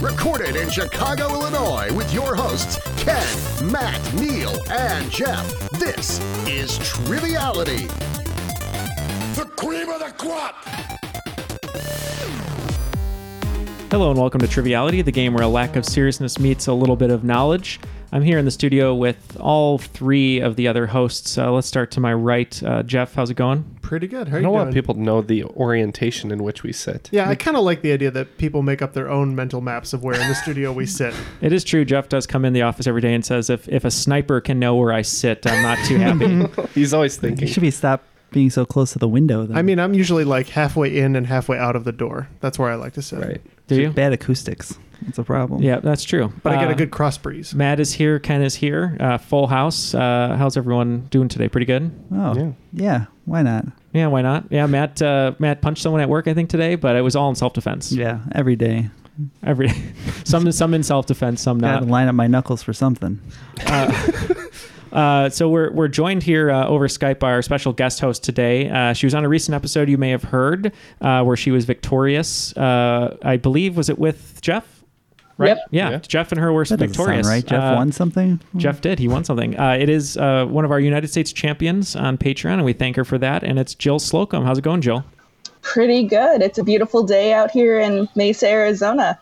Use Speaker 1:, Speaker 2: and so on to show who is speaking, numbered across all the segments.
Speaker 1: Recorded in Chicago, Illinois, with your hosts, Ken, Matt, Neil, and Jeff. This is Triviality. The cream of the crop!
Speaker 2: Hello and welcome to Triviality, the game where a lack of seriousness meets a little bit of knowledge. I'm here in the studio with all three of the other hosts. Uh, let's start to my right. Uh, Jeff, how's it going?
Speaker 3: Pretty good. How are
Speaker 4: I
Speaker 3: you
Speaker 4: don't want
Speaker 3: doing?
Speaker 4: people to know the orientation in which we sit.
Speaker 3: Yeah, I kind of like the idea that people make up their own mental maps of where in the studio we sit.
Speaker 2: It is true. Jeff does come in the office every day and says, if, if a sniper can know where I sit, I'm not too happy.
Speaker 4: He's always
Speaker 5: You
Speaker 4: thinking.
Speaker 5: should be stopped being so close to the window. Then.
Speaker 3: I mean, I'm usually like halfway in and halfway out of the door. That's where I like to sit.
Speaker 4: right.
Speaker 2: Do you?
Speaker 5: bad acoustics. That's a problem.
Speaker 2: Yeah, that's true.
Speaker 3: But I get
Speaker 2: Uh,
Speaker 3: a good cross breeze.
Speaker 2: Matt is here. Ken is here. Uh, full house. Uh, how's everyone doing today? Pretty good.
Speaker 5: Oh,
Speaker 4: Yeah.
Speaker 5: yeah. Why not?
Speaker 2: Yeah, why not? Yeah, Matt. Uh, Matt punched someone at work, I think today, but it was all in self defense.
Speaker 5: Yeah. Every day.
Speaker 2: Every some some in self defense, some
Speaker 5: Got
Speaker 2: not.
Speaker 5: to line up my knuckles for something.
Speaker 2: Uh, so we're, we're joined here uh, over Skype by our special guest host today. Uh, she was on a recent episode you may have heard uh, where she was victorious. Uh, I believe was it with Jeff, right? Yeah,
Speaker 4: Yeah.
Speaker 2: Jeff and her were
Speaker 5: That doesn't
Speaker 2: victorious.
Speaker 5: sound right. Jeff
Speaker 2: Uh,
Speaker 5: won something.
Speaker 2: Jeff did. He won something. Uh, it is uh, one of our United States champions on Patreon, and we thank her for that. And it's Jill Slocum. How's it going, Jill?
Speaker 6: pretty good. It's a beautiful day out here in Mesa, Arizona.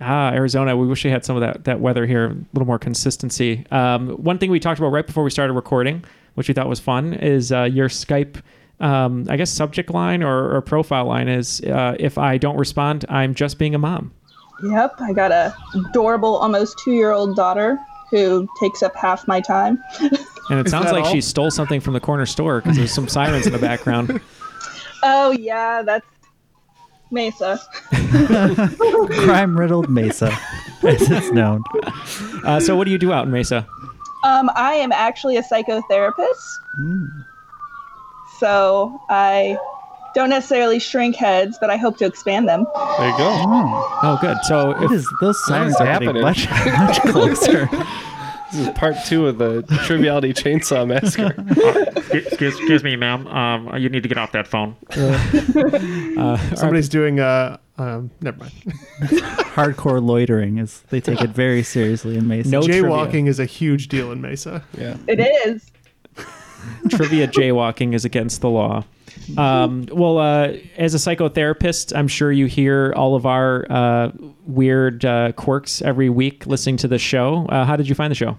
Speaker 2: Ah, Arizona. We wish we had some of that, that weather here, a little more consistency. Um, one thing we talked about right before we started recording, which we thought was fun, is uh, your Skype, um, I guess, subject line or, or profile line is uh, if I don't respond, I'm just being a mom.
Speaker 6: Yep, I got a adorable, almost two-year-old daughter who takes up half my time.
Speaker 2: And it sounds
Speaker 3: that
Speaker 2: like
Speaker 3: all?
Speaker 2: she stole something from the corner store because there's some sirens in the background.
Speaker 6: Oh yeah, that's Mesa.
Speaker 5: Crime riddled Mesa, as it's known.
Speaker 2: Uh, so, what do you do out in Mesa?
Speaker 6: Um, I am actually a psychotherapist, so I don't necessarily shrink heads, but I hope to expand them.
Speaker 4: There you go.
Speaker 2: Oh, good. So,
Speaker 5: What
Speaker 2: if,
Speaker 5: is those signs
Speaker 4: is
Speaker 5: are getting
Speaker 4: happening?
Speaker 5: much much closer?
Speaker 4: This is part two of the Triviality Chainsaw Massacre.
Speaker 2: excuse, excuse me, ma'am, um, you need to get off that phone. Uh,
Speaker 3: Somebody's doing uh um, never mind.
Speaker 5: Hardcore loitering is they take it very seriously in Mesa.
Speaker 2: No
Speaker 3: Jaywalking
Speaker 2: trivia.
Speaker 3: is a huge deal in Mesa.
Speaker 4: Yeah.
Speaker 6: It is.
Speaker 2: trivia jaywalking is against the law. Um, well, uh, as a psychotherapist, I'm sure you hear all of our uh, weird uh, quirks every week listening to the show. Uh, how did you find the show?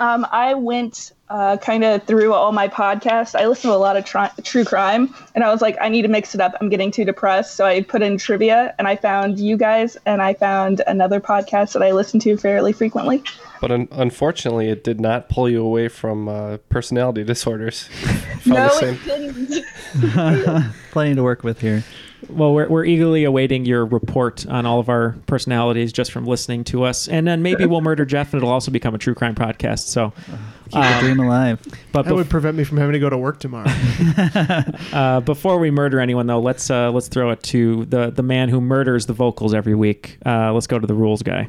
Speaker 6: Um, I went uh, kind of through all my podcasts. I listen to a lot of tri- true crime, and I was like, I need to mix it up. I'm getting too depressed. So I put in trivia, and I found you guys, and I found another podcast that I listen to fairly frequently.
Speaker 4: But un- unfortunately, it did not pull you away from uh, personality disorders. Found
Speaker 6: no,
Speaker 4: the
Speaker 6: it
Speaker 4: same.
Speaker 6: didn't.
Speaker 5: Plenty to work with here.
Speaker 2: Well, we're, we're eagerly awaiting your report on all of our personalities just from listening to us. And then maybe we'll murder Jeff and it'll also become a true crime podcast. So, um,
Speaker 5: Keep the dream alive.
Speaker 2: but
Speaker 3: That
Speaker 2: bef-
Speaker 3: would prevent me from having to go to work tomorrow.
Speaker 2: uh, before we murder anyone, though, let's uh, let's throw it to the, the man who murders the vocals every week. Uh, let's go to the rules guy.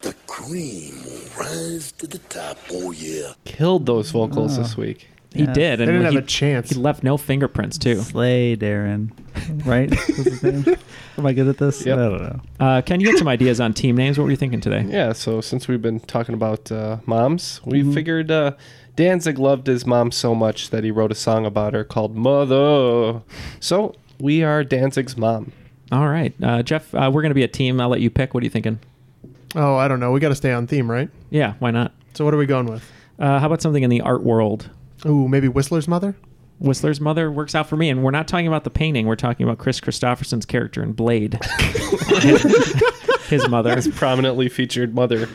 Speaker 1: The cream will rise to the top, oh yeah.
Speaker 4: Killed those vocals
Speaker 5: Oh.
Speaker 4: this week.
Speaker 2: He did. And he,
Speaker 4: chance.
Speaker 2: He left no fingerprints too.
Speaker 5: Slay Darren, right? Was his name? Am I good at this? I don't know.
Speaker 2: Uh, Ken, you had some ideas on team names. What were you thinking today?
Speaker 4: Yeah, so since we've been talking about uh, moms, we
Speaker 3: Mm-hmm.
Speaker 2: Mhm.
Speaker 4: figured uh, Danzig loved his mom so much that he wrote a song about her called Mother. So we are Danzig's mom.
Speaker 2: All right, uh, Jeff, uh, we're going to be a team. I'll let you pick. What are you thinking?
Speaker 3: Oh, I don't know. We got to stay on theme, right?
Speaker 2: Yeah, why not?
Speaker 3: So what are we going with?
Speaker 2: Uh, how about something in the art world?
Speaker 3: Ooh, maybe Whistler's mother.
Speaker 2: Whistler's mother works out for me, and we're not talking about the painting. We're talking about Chris Christopherson's character in Blade. his mother,
Speaker 4: his prominently featured mother.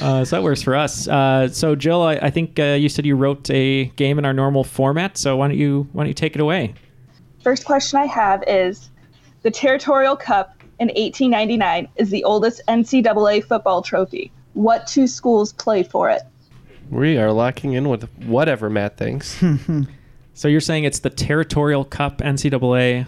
Speaker 2: Uh, so that works for us. Uh, so Jill, I, I think uh, you said you wrote a game in our normal format. So why don't you why don't you take it away?
Speaker 6: First question I have is the Territorial Cup in 1899 is the oldest NCAA football trophy. What two schools play for it?
Speaker 4: We are locking in with whatever Matt thinks.
Speaker 2: So you're saying it's the Territorial Cup NCAA.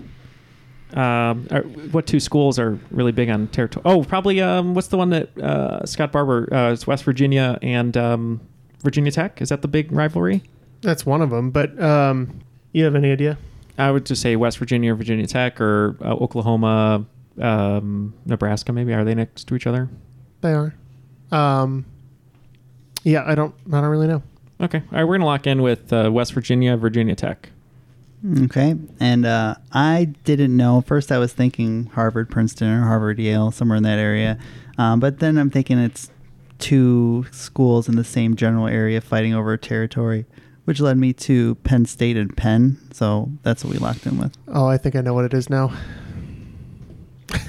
Speaker 2: Um, are- what two schools are really big on territory? Oh, probably um, what's the one that uh, Scott Barber? Uh, it's West Virginia and um, Virginia Tech. Is that the big rivalry?
Speaker 3: That's one of them. But um, you have any idea?
Speaker 2: I would just say West Virginia or Virginia Tech or uh, Oklahoma, um, Nebraska. Maybe are they next to each other?
Speaker 3: They are. Um, yeah, I don't. I don't really know.
Speaker 2: Okay. All right, we're gonna lock in with uh, West Virginia, Virginia Tech.
Speaker 5: Okay. And uh, I didn't know. First, I was thinking Harvard, Princeton, or Harvard, Yale, somewhere in that area. Um, but then I'm thinking it's two schools in the same general area fighting over territory, which led me to Penn State and Penn. So that's what we locked in with.
Speaker 3: Oh, I think I know what it is now.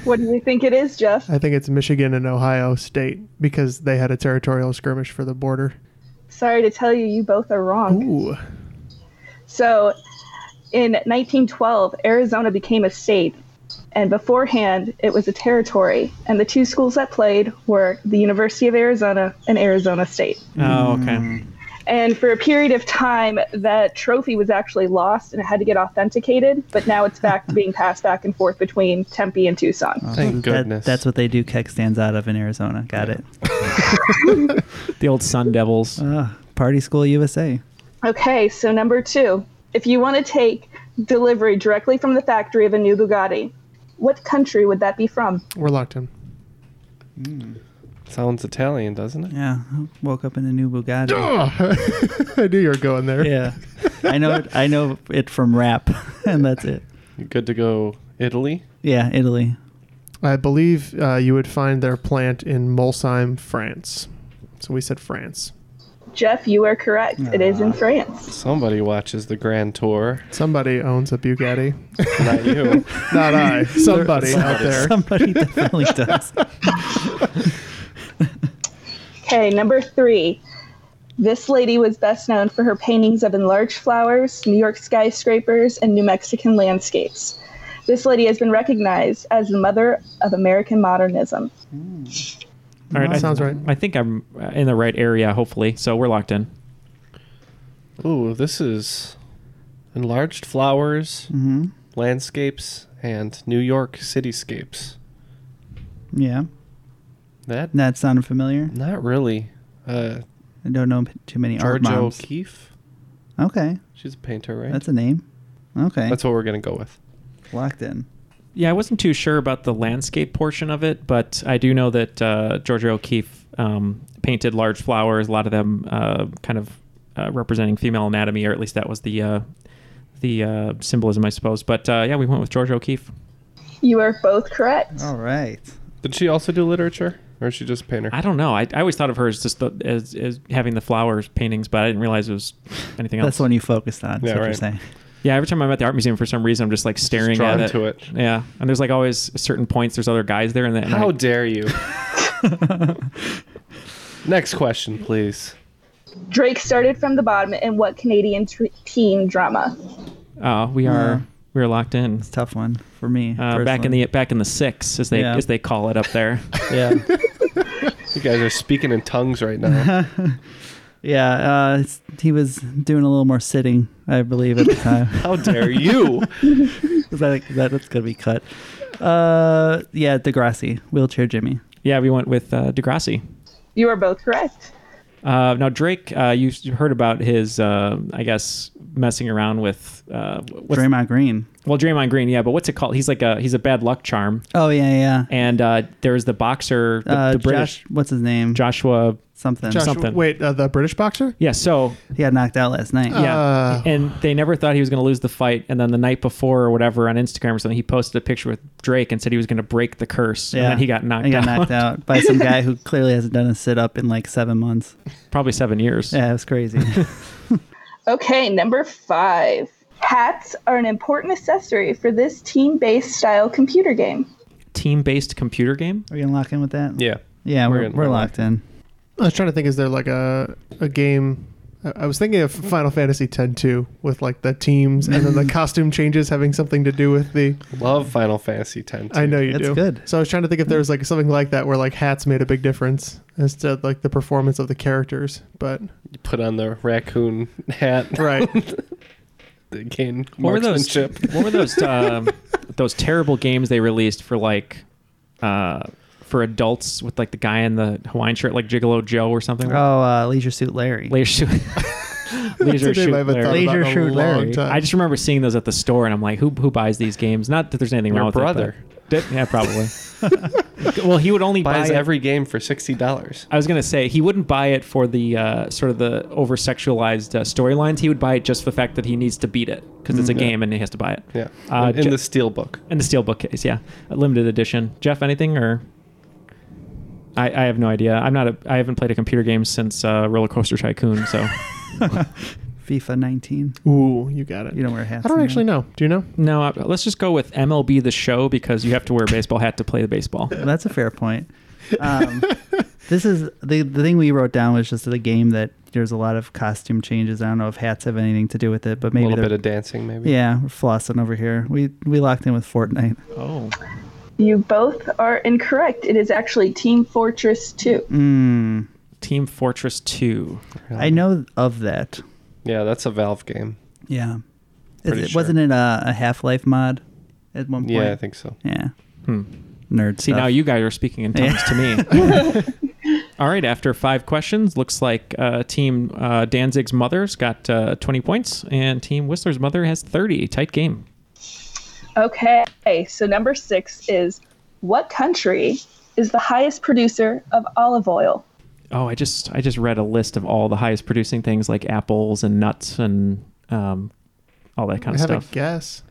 Speaker 6: What do you think it is, Jeff?
Speaker 3: I think it's Michigan and Ohio State because they had a territorial skirmish for the border.
Speaker 6: Sorry to tell you, you both are wrong.
Speaker 3: Ooh.
Speaker 6: So, in 1912, Arizona became a state, and beforehand, it was a territory. And the two schools that played were the University of Arizona and Arizona State.
Speaker 2: Oh,
Speaker 3: Mm.
Speaker 2: okay.
Speaker 6: And for a period of time, that trophy was actually lost and it had to get authenticated, but now it's back to being passed back and forth between Tempe and Tucson.
Speaker 5: Oh,
Speaker 4: Thank
Speaker 5: Um, That-
Speaker 4: goodness.
Speaker 5: that's what they do. Keck stands out of in Arizona. Got it.
Speaker 2: The old Sun Devils.
Speaker 5: Uh, party school USA.
Speaker 6: Okay, so number two. If you want to take delivery directly from the factory of a new Bugatti, what country would that be from?
Speaker 3: We're locked in.
Speaker 4: Mm. Sounds Italian, doesn't it?
Speaker 5: Yeah. Woke up in a new Bugatti.
Speaker 3: I knew you were going there.
Speaker 5: Yeah. I know it, I know it from rap, and that's it.
Speaker 4: You good to go, Italy?
Speaker 5: Yeah, Italy.
Speaker 3: I believe uh, you would find their plant in Molsheim, France. So we said France.
Speaker 6: Jeff, you are correct. It is
Speaker 5: Ah.
Speaker 6: in France.
Speaker 4: Somebody watches the Grand Tour.
Speaker 3: Somebody owns a Bugatti.
Speaker 4: Not you.
Speaker 3: Not I. Somebody out there.
Speaker 5: Somebody definitely does.
Speaker 6: Okay, number three. This lady was best known for her paintings of enlarged flowers, New York skyscrapers, and New Mexican landscapes. This lady has been recognized as the mother of American modernism.
Speaker 2: All right. I-
Speaker 3: Sounds right.
Speaker 2: I think I'm uh, in the right area, hopefully. So we're locked in.
Speaker 4: Ooh, this is enlarged flowers,
Speaker 5: hmm
Speaker 4: landscapes, and New York cityscapes.
Speaker 5: Yeah.
Speaker 4: That
Speaker 5: That sounded familiar.
Speaker 4: not really. Uh,
Speaker 5: I don't know p- too many art
Speaker 4: George
Speaker 5: moms.
Speaker 4: O'Keefe.
Speaker 5: Okay,
Speaker 4: She's a painter, right?
Speaker 5: that's a name. Okay,
Speaker 4: That's what we're gonna go with.
Speaker 5: locked in.
Speaker 2: Yeah, I wasn't too sure about the landscape portion of it, but I do know that uh, Georgia O'Keeffe um, painted large flowers, a lot of them uh, kind of uh, representing female anatomy, or at least that was the uh, the uh, symbolism, I suppose. But uh, yeah, we went with Georgia O'Keeffe.
Speaker 6: You are both correct.
Speaker 5: All right.
Speaker 4: Did she also do literature, or is she just a painter?
Speaker 2: I don't know. I, I always thought of her as just the, as, as having the flowers paintings, but I didn't realize it was anything else.
Speaker 5: That's the one you focused on. That's
Speaker 4: Yeah,
Speaker 5: what you're
Speaker 4: right.
Speaker 5: saying.
Speaker 2: Yeah, every time I'm at the art museum, for some reason, I'm just like staring
Speaker 4: drawn
Speaker 2: at it.
Speaker 4: to it.
Speaker 2: Yeah, and there's like always certain points. There's other guys there, and, then, and
Speaker 4: How
Speaker 2: I-
Speaker 4: dare you? Next question, please.
Speaker 6: Drake started from the bottom in what Canadian tr- teen drama?
Speaker 2: uh, we are we are locked in.
Speaker 5: It's a tough one for me.
Speaker 2: Uh, back in the back in the six, as they
Speaker 5: Yeah.
Speaker 2: as they call it up there.
Speaker 5: yeah.
Speaker 4: You guys are speaking in tongues right now.
Speaker 5: yeah, uh, it's, he was doing a little more sitting, I believe, at the time.
Speaker 4: How dare you?
Speaker 5: is that, that that's gonna be cut? Uh, yeah, Degrassi, wheelchair Jimmy.
Speaker 2: Yeah, we went with uh, Degrassi.
Speaker 6: You are both correct.
Speaker 2: Uh, now Drake, uh, you s- heard about his, uh, I guess, messing around with uh, what's-
Speaker 5: Draymond Green.
Speaker 2: Well, Draymond Green, yeah, but what's it called? He's like a he's a bad luck charm.
Speaker 5: Oh yeah, yeah.
Speaker 2: And uh, there's the boxer, the,
Speaker 5: Uh,
Speaker 2: the British,
Speaker 5: Josh, what's his name?
Speaker 2: Joshua
Speaker 5: something.
Speaker 2: Joshua- something.
Speaker 3: Wait, uh, the British boxer?
Speaker 2: Yeah, so
Speaker 5: he got knocked out last night.
Speaker 2: Yeah,
Speaker 3: Uh.
Speaker 2: and they never thought he was going to lose the fight. And then the night before or whatever on Instagram or something, he posted a picture with Drake and said he was going to break the curse.
Speaker 5: Yeah.
Speaker 2: and then he got knocked
Speaker 5: He got
Speaker 2: out.
Speaker 5: knocked out by some guy who clearly hasn't done a sit up in like seven months.
Speaker 2: Probably seven years.
Speaker 5: Yeah, it was crazy.
Speaker 6: Okay, number five. Hats are an important accessory for this team based style computer game.
Speaker 2: Team based computer game.
Speaker 5: Are you gonna lock in with that?
Speaker 4: Yeah.
Speaker 5: Yeah,
Speaker 4: We're
Speaker 5: we're,
Speaker 4: in-
Speaker 5: we're,
Speaker 4: we're
Speaker 5: locked in.
Speaker 3: I was trying to think. Is there like a a game? I- I was thinking of Final Fantasy X 2 with like the teams and then the costume changes having something to do with the.
Speaker 4: Love Final Fantasy X. too.
Speaker 3: I know you
Speaker 5: That's
Speaker 3: do.
Speaker 5: good.
Speaker 3: So I was trying to think if there was like something like that where like hats made a big difference instead like the performance of the characters. But
Speaker 4: You put on the raccoon hat.
Speaker 3: right,
Speaker 4: to gain
Speaker 2: What were those?
Speaker 4: marksmanship.
Speaker 2: What were those? Um, those terrible games they released for like, uh, for adults with like the guy in the Hawaiian shirt, like Gigolo Joe or something.
Speaker 5: Oh, uh, Leisure Suit Larry.
Speaker 2: Leisure suit. Leisure
Speaker 3: That's a name I
Speaker 2: suit. Larry.
Speaker 3: haven't thought about in a
Speaker 5: Leisure Suit
Speaker 3: long
Speaker 5: Larry.
Speaker 3: time.
Speaker 2: I just remember seeing those at the store, and I'm like, who who buys these games? Not that there's anything
Speaker 4: Your
Speaker 2: wrong with
Speaker 4: brother.
Speaker 2: it. but- Di- yeah, probably. well, he would only buy
Speaker 4: Buys
Speaker 2: it-
Speaker 4: every game for sixty dollars.
Speaker 2: I was gonna say he wouldn't buy it for the uh, sort of the over sexualized uh, storylines. He would buy it just for the fact that he needs to beat it because it's a
Speaker 3: Mm,
Speaker 2: game and he has to buy it.
Speaker 4: Yeah,
Speaker 2: Uh,
Speaker 4: in
Speaker 2: Je-
Speaker 4: the steel book.
Speaker 2: in the steelbook case, yeah, a limited edition. Jeff, anything or? I, I have no idea. I'm not. A, I haven't played a computer game since uh, Roller Coaster Tycoon. So
Speaker 5: FIFA 19.
Speaker 3: Ooh, you got it.
Speaker 5: You don't wear hats.
Speaker 3: I don't
Speaker 5: in
Speaker 3: actually
Speaker 5: that.
Speaker 3: know. Do you know?
Speaker 2: no, I, let's just go with MLB the Show because you have to wear a baseball hat to play the baseball.
Speaker 5: Well, that's a fair point. Um, this is the the thing we wrote down was just the game that there's a lot of costume changes. I don't know if hats have anything to do with it, but
Speaker 4: A
Speaker 5: maybe
Speaker 4: little
Speaker 5: they're-
Speaker 4: bit of dancing, maybe.
Speaker 5: yeah, we're flossing over here. We we locked in with Fortnite.
Speaker 2: Oh,
Speaker 6: You both are incorrect. It is actually Team Fortress 2.
Speaker 5: Mm,
Speaker 2: Team Fortress Two.
Speaker 5: I know of that.
Speaker 4: Yeah, that's a Valve game.
Speaker 5: Yeah, Is
Speaker 4: Pretty
Speaker 5: it,
Speaker 4: sure.
Speaker 5: wasn't it a, a Half Life mod at one point?
Speaker 4: Yeah, I think so.
Speaker 5: Yeah,
Speaker 2: Hmm.
Speaker 5: nerd.
Speaker 2: See,
Speaker 5: stuff.
Speaker 2: now you guys are speaking in tongues to me. All right, after five questions, looks like uh, Team uh, Danzig's mother's got uh, 20 points, and Team Whistler's mother has 30. Tight game.
Speaker 6: Okay, so number six is what country is the highest producer of olive oil?
Speaker 2: Oh, I just I just read a list of all the highest producing things like apples and nuts and um, all that kind
Speaker 3: I
Speaker 2: of
Speaker 3: have a
Speaker 2: stuff.
Speaker 3: guess.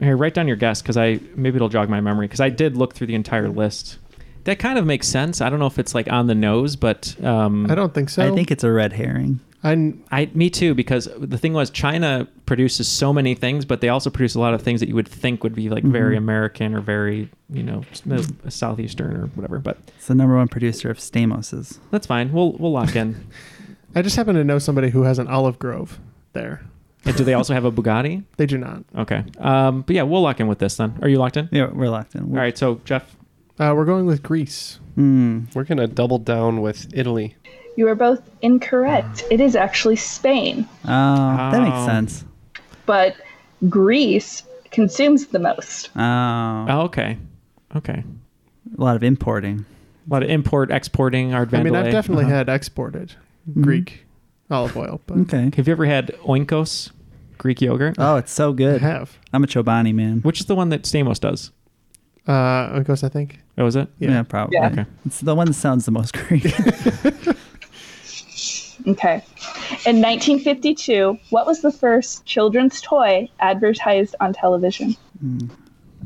Speaker 2: Here, write down your guess because I maybe it'll jog my memory because I did look through the
Speaker 3: Hmm.
Speaker 2: entire list. That kind of makes sense. I don't know if it's like on the nose, but um,
Speaker 3: I don't think so.
Speaker 5: I think it's a red herring.
Speaker 3: I kn-
Speaker 2: I me too because the thing was China produces so many things, but they also produce a lot of things that you would think would be like very
Speaker 5: Mm-hmm.
Speaker 2: American or very you know s- southeastern or whatever. But
Speaker 5: It's the number one producer of Stamoses.
Speaker 2: that's fine. We'll we'll lock in.
Speaker 3: I just happen to know somebody who has an olive grove there.
Speaker 2: And do they also have a Bugatti?
Speaker 3: They do not.
Speaker 2: Okay. Um, but yeah, we'll lock in with this then. Are you locked in?
Speaker 5: Yeah, we're locked in.
Speaker 2: All right. So Jeff,
Speaker 3: Uh, we're going with Greece.
Speaker 5: Mm,
Speaker 4: We're gonna double down with Italy.
Speaker 6: You are both incorrect. It is actually Spain,
Speaker 5: oh,
Speaker 4: Ah.
Speaker 5: that
Speaker 2: Oh.
Speaker 5: makes sense.
Speaker 6: but Greece consumes the most.
Speaker 5: Oh,
Speaker 2: oh, okay, okay.
Speaker 5: a lot of importing. Uh-huh.
Speaker 2: A lot of import exporting. Our
Speaker 3: I mean, I've
Speaker 2: Vandalay.
Speaker 3: definitely had exported
Speaker 5: Mm-hmm.
Speaker 3: Greek olive oil, but
Speaker 5: Okay.
Speaker 2: Have you ever had oinkos, Greek yogurt?
Speaker 5: Oh, it's so
Speaker 3: I
Speaker 5: good.
Speaker 3: have.
Speaker 5: I'm a Chobani man.
Speaker 2: Which is the one that Stamos does?
Speaker 3: Uh, Oikos, I think.
Speaker 2: Oh, is it?
Speaker 5: Yeah,
Speaker 3: Yeah.
Speaker 5: probably.
Speaker 6: Yeah.
Speaker 2: Okay.
Speaker 5: It's the one that sounds the most Greek.
Speaker 6: Okay. In 1952, what was the first children's toy advertised on television?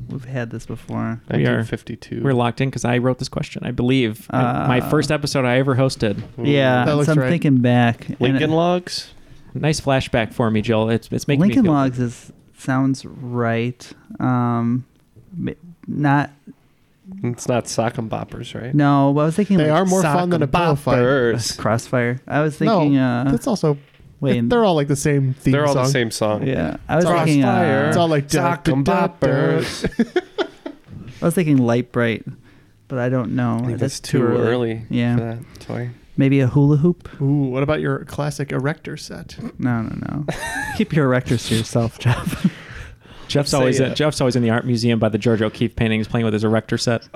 Speaker 5: We've had this before.
Speaker 2: We are-
Speaker 4: 1952.
Speaker 2: We're locked in because I wrote this question. I believe my first episode I ever hosted.
Speaker 5: Uh, Yeah,
Speaker 3: That looks
Speaker 5: so I'm
Speaker 3: right.
Speaker 5: thinking back. and
Speaker 4: Lincoln
Speaker 5: it-
Speaker 4: Logs.
Speaker 2: Nice flashback for me, Jill. It's it's making
Speaker 5: Lincoln
Speaker 2: me feel
Speaker 5: Logs is sounds right. Um, m- not
Speaker 4: It's not sock and boppers, right?
Speaker 5: no. But I was thinking
Speaker 3: They
Speaker 5: like
Speaker 3: are more
Speaker 5: sock
Speaker 3: fun than a
Speaker 5: and
Speaker 3: pillow fight.
Speaker 5: boppers.
Speaker 4: Boppers.
Speaker 5: Crossfire. I was
Speaker 3: No,
Speaker 5: thinking. uh,
Speaker 3: that's also.
Speaker 5: wait,
Speaker 3: They're all like the same theme
Speaker 4: They're all
Speaker 3: song.
Speaker 4: the same song.
Speaker 5: yeah. I was
Speaker 3: all
Speaker 5: thinking.
Speaker 3: It's
Speaker 5: Uh,
Speaker 3: all like
Speaker 4: sock
Speaker 3: da-
Speaker 4: and
Speaker 3: da- da- da.
Speaker 4: boppers.
Speaker 5: I was thinking light bright, but I don't know.
Speaker 4: I think
Speaker 5: That's
Speaker 4: that's too early
Speaker 5: Yeah.
Speaker 4: for that toy.
Speaker 5: Maybe a hula hoop.
Speaker 3: Ooh, what about your classic erector set?
Speaker 5: No, no, no. Keep your erectors to yourself, Jeff.
Speaker 2: Jeff's
Speaker 3: Say
Speaker 2: always
Speaker 3: it.
Speaker 2: Jeff's always in the art museum by the George O'Keefe paintings, playing with his erector set.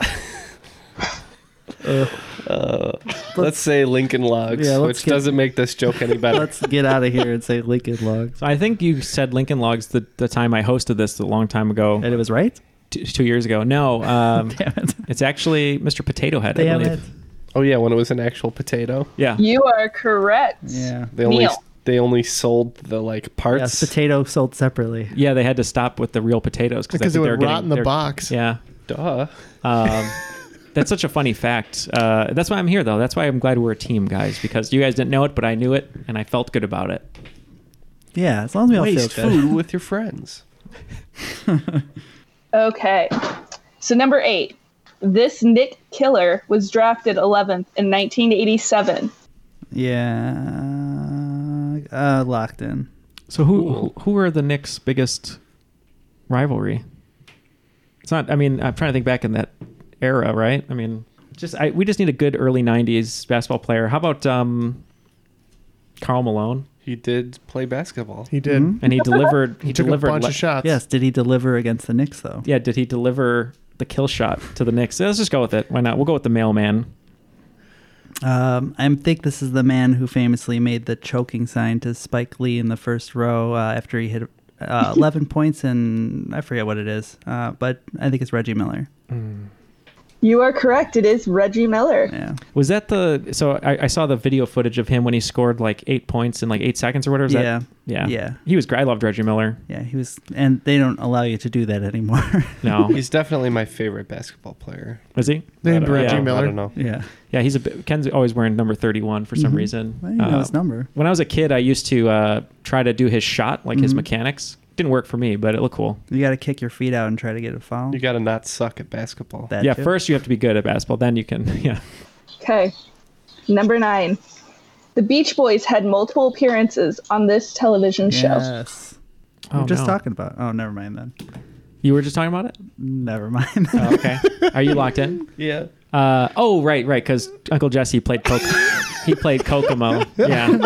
Speaker 4: Uh, let's, say Lincoln Logs,
Speaker 5: yeah, let's
Speaker 4: which
Speaker 5: get-
Speaker 4: doesn't make this joke any better.
Speaker 5: Let's get out of here and say Lincoln Logs.
Speaker 2: So I think you said Lincoln Logs the, the time I hosted this a long time ago. And
Speaker 5: it was right?
Speaker 2: Two, two years ago. No. Um, It's actually Mr. Potato Head, I
Speaker 4: Damn
Speaker 2: believe.
Speaker 4: it. Oh yeah, when it was an actual potato.
Speaker 2: Yeah.
Speaker 6: You are correct.
Speaker 5: Yeah.
Speaker 4: They only
Speaker 6: Neil.
Speaker 4: they only sold the like parts.
Speaker 5: potato sold separately.
Speaker 2: Yeah, they had to stop with the real potatoes I
Speaker 4: Because
Speaker 2: think
Speaker 4: it
Speaker 2: they
Speaker 4: would
Speaker 2: were
Speaker 4: rot
Speaker 2: getting-
Speaker 4: in the
Speaker 2: they're-
Speaker 4: box.
Speaker 2: Yeah.
Speaker 4: Duh.
Speaker 2: Um, that's such a funny fact. Uh, that's why I'm here, though. That's why I'm glad we're a team, guys, because you guys didn't know it, but I knew it, and I felt good about it.
Speaker 5: Yeah, as long as we all
Speaker 4: Waste
Speaker 5: feel good.
Speaker 4: food with your friends.
Speaker 6: Okay. So number eight, this Nick Killer was drafted 11th in 1987.
Speaker 5: Yeah. Uh, locked in.
Speaker 2: So who who are the Knicks' biggest rivalry? It's not. I mean, I'm trying to think back in that era, right? I mean, just I, we just need a good early '90s basketball player. How about um, Carl Malone?
Speaker 4: He did play basketball.
Speaker 3: He did.
Speaker 2: Mm-hmm. and he delivered. He, delivered le-
Speaker 5: Yes. Did he deliver against the Knicks though?
Speaker 2: Yeah, did he deliver the kill shot to the Knicks? Let's just go with it. Why not? We'll go with the mailman.
Speaker 5: Um, I think this is the man who famously made the choking sign to Spike Lee in the first row uh, after he hit uh, 11 points and I forget what it is, uh, but I think it's Reggie Miller.
Speaker 6: You are correct. It is Reggie Miller.
Speaker 5: Yeah.
Speaker 2: Was that the? So I, I saw the video footage of him when he scored like eight points in like eight seconds or whatever. Is that-
Speaker 5: Yeah.
Speaker 2: yeah,
Speaker 5: Yeah.
Speaker 2: He was great. I loved Reggie Miller.
Speaker 5: Yeah, he was, and they don't allow you to do that anymore.
Speaker 2: No.
Speaker 4: He's definitely my favorite basketball player.
Speaker 2: Is he
Speaker 5: Named
Speaker 2: I don't-
Speaker 5: Reggie Miller?
Speaker 4: I don't know.
Speaker 5: Yeah.
Speaker 2: Yeah, he's a bi- Ken's always wearing number 31 for some
Speaker 5: Mhm.
Speaker 2: reason.
Speaker 5: Well, you know
Speaker 2: Uh,
Speaker 5: his number.
Speaker 2: When I was a kid, I used to uh, try to do his shot, like his
Speaker 5: Mhm.
Speaker 2: mechanics. Didn't work for me, but it looked cool.
Speaker 5: You got to kick your feet out and try to get a foul.
Speaker 4: You got to not suck at basketball.
Speaker 5: That
Speaker 2: yeah,
Speaker 5: too.
Speaker 2: first you have to be good at basketball, then you can. Yeah.
Speaker 6: Okay. Number nine, the Beach Boys had multiple appearances on this television show.
Speaker 5: Yes.
Speaker 2: Oh,
Speaker 5: We're just
Speaker 2: no.
Speaker 5: talking about. Oh, never mind then.
Speaker 2: You were just talking about it.
Speaker 5: Never mind.
Speaker 2: Oh, okay. Are you locked in?
Speaker 4: Yeah.
Speaker 2: Uh, oh, right, right. Because Uncle Jesse played Coke. he played Kokomo. Yeah,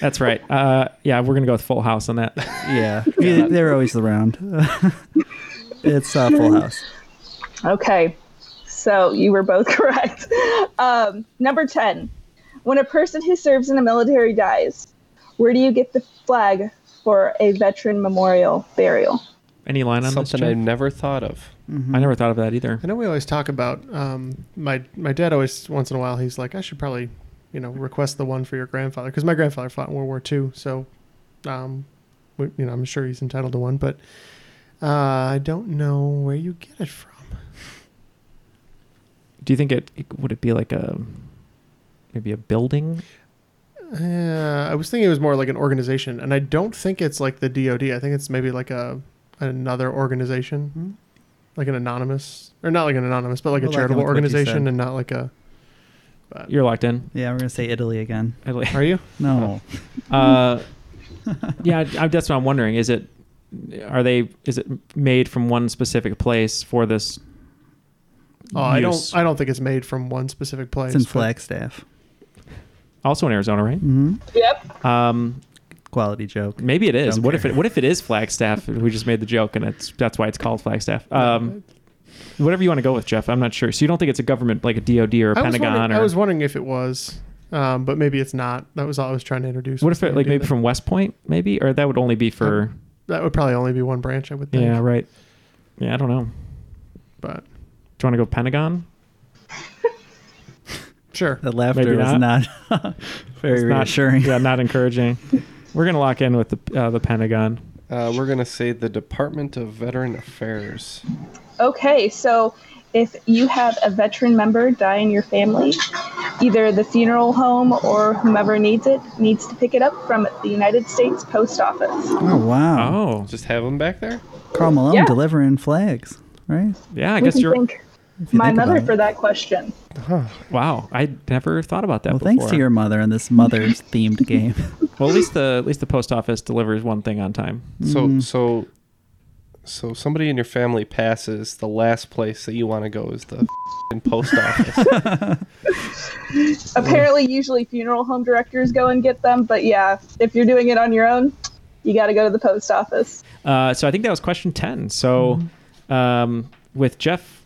Speaker 2: that's right. Uh, yeah, we're gonna go with Full House on that.
Speaker 5: yeah. Yeah, They're always around. it's uh, Full House.
Speaker 6: Okay. So you were both correct. Um, number 10, when a person who serves in the military dies, where do you get the flag for a veteran memorial burial?
Speaker 2: Any line on
Speaker 4: Something
Speaker 2: this?
Speaker 4: I
Speaker 2: Jim?
Speaker 4: never thought of.
Speaker 5: Mm-hmm.
Speaker 2: I never thought of that either.
Speaker 3: I know we always talk about um, my my dad always once in a while he's like I should probably you know request the one for your grandfather because my grandfather fought in World War II so um, we, you know I'm sure he's entitled to one but uh, I don't know where you get it from.
Speaker 2: Do you think it, it- would it be like a maybe a building?
Speaker 3: Uh, I was thinking it was more like an organization and I don't think it's like the DoD I think it's maybe like a another organization like an anonymous or not like an anonymous but like
Speaker 5: Hmm?
Speaker 3: a
Speaker 5: Well, like
Speaker 3: charitable
Speaker 5: what you
Speaker 3: organization
Speaker 5: said.
Speaker 3: and not like a
Speaker 2: You're locked in.
Speaker 5: Yeah, we're gonna say Italy again.
Speaker 2: Italy.
Speaker 3: are you
Speaker 5: No.
Speaker 2: Uh, yeah, I, I- that's what I'm wondering. Is it are they is it made from one specific place for this?
Speaker 3: Oh, I don't.
Speaker 2: use?
Speaker 3: I don't think it's made from one specific place.
Speaker 5: It's in
Speaker 3: but-
Speaker 5: Flagstaff.
Speaker 2: Also in Arizona, right?
Speaker 5: Mm-hmm.
Speaker 6: Yep.
Speaker 2: Um,
Speaker 5: Quality joke.
Speaker 2: Maybe it is.
Speaker 5: Don't
Speaker 2: What if
Speaker 5: care.
Speaker 2: it? What if it is Flagstaff? We just made the joke, and it's that's why it's called Flagstaff. Um, whatever you want to go with, Jeff. I'm not sure. So you don't think it's a government like a DoD or a
Speaker 3: I was
Speaker 2: Pentagon
Speaker 3: wondering- I
Speaker 2: or
Speaker 3: was wondering if it was, um, but maybe it's not. That was all I was trying to introduce.
Speaker 2: what
Speaker 3: was
Speaker 2: if it
Speaker 3: the
Speaker 2: like
Speaker 3: idea
Speaker 2: maybe
Speaker 3: that-
Speaker 2: from West Point? Maybe or that would only be for
Speaker 3: That would probably only be one branch, I would think.
Speaker 2: yeah right. Yeah, I don't know.
Speaker 3: But
Speaker 2: Do you want to go Pentagon?
Speaker 3: sure.
Speaker 5: The laughter
Speaker 2: Maybe
Speaker 5: was
Speaker 2: not.
Speaker 5: not, very
Speaker 2: It's not-
Speaker 5: reassuring.
Speaker 2: yeah, not encouraging. We're gonna lock in with the uh, the Pentagon.
Speaker 4: Uh, we're gonna say the Department of Veteran Affairs.
Speaker 6: Okay, so if you have a veteran member die in your family, either the funeral home or whomever needs it needs to pick it up from the United States Post Office.
Speaker 5: Oh wow.
Speaker 2: Oh,
Speaker 4: Just have them back there.
Speaker 5: Carl Malone
Speaker 6: Yeah.
Speaker 5: delivering flags, right?
Speaker 2: yeah. I
Speaker 6: We
Speaker 2: guess
Speaker 6: can
Speaker 2: you're.
Speaker 6: thank
Speaker 5: you
Speaker 6: my
Speaker 5: think
Speaker 6: mother
Speaker 5: about it.
Speaker 6: for that question.
Speaker 2: Wow, I never thought about that.
Speaker 5: Well,
Speaker 2: before.
Speaker 5: thanks to your mother and this mother's themed game.
Speaker 2: Well, at least the at least the post office delivers one thing on time.
Speaker 4: So so So somebody in your family passes. The last place that you want to go is the f***ing post office.
Speaker 6: Apparently, usually funeral home directors go and get them, but yeah, if you're doing it on your own, you got to go to the post office.
Speaker 2: Uh, so I think that was question ten. So
Speaker 5: Mm-hmm.
Speaker 2: um, with Jeff,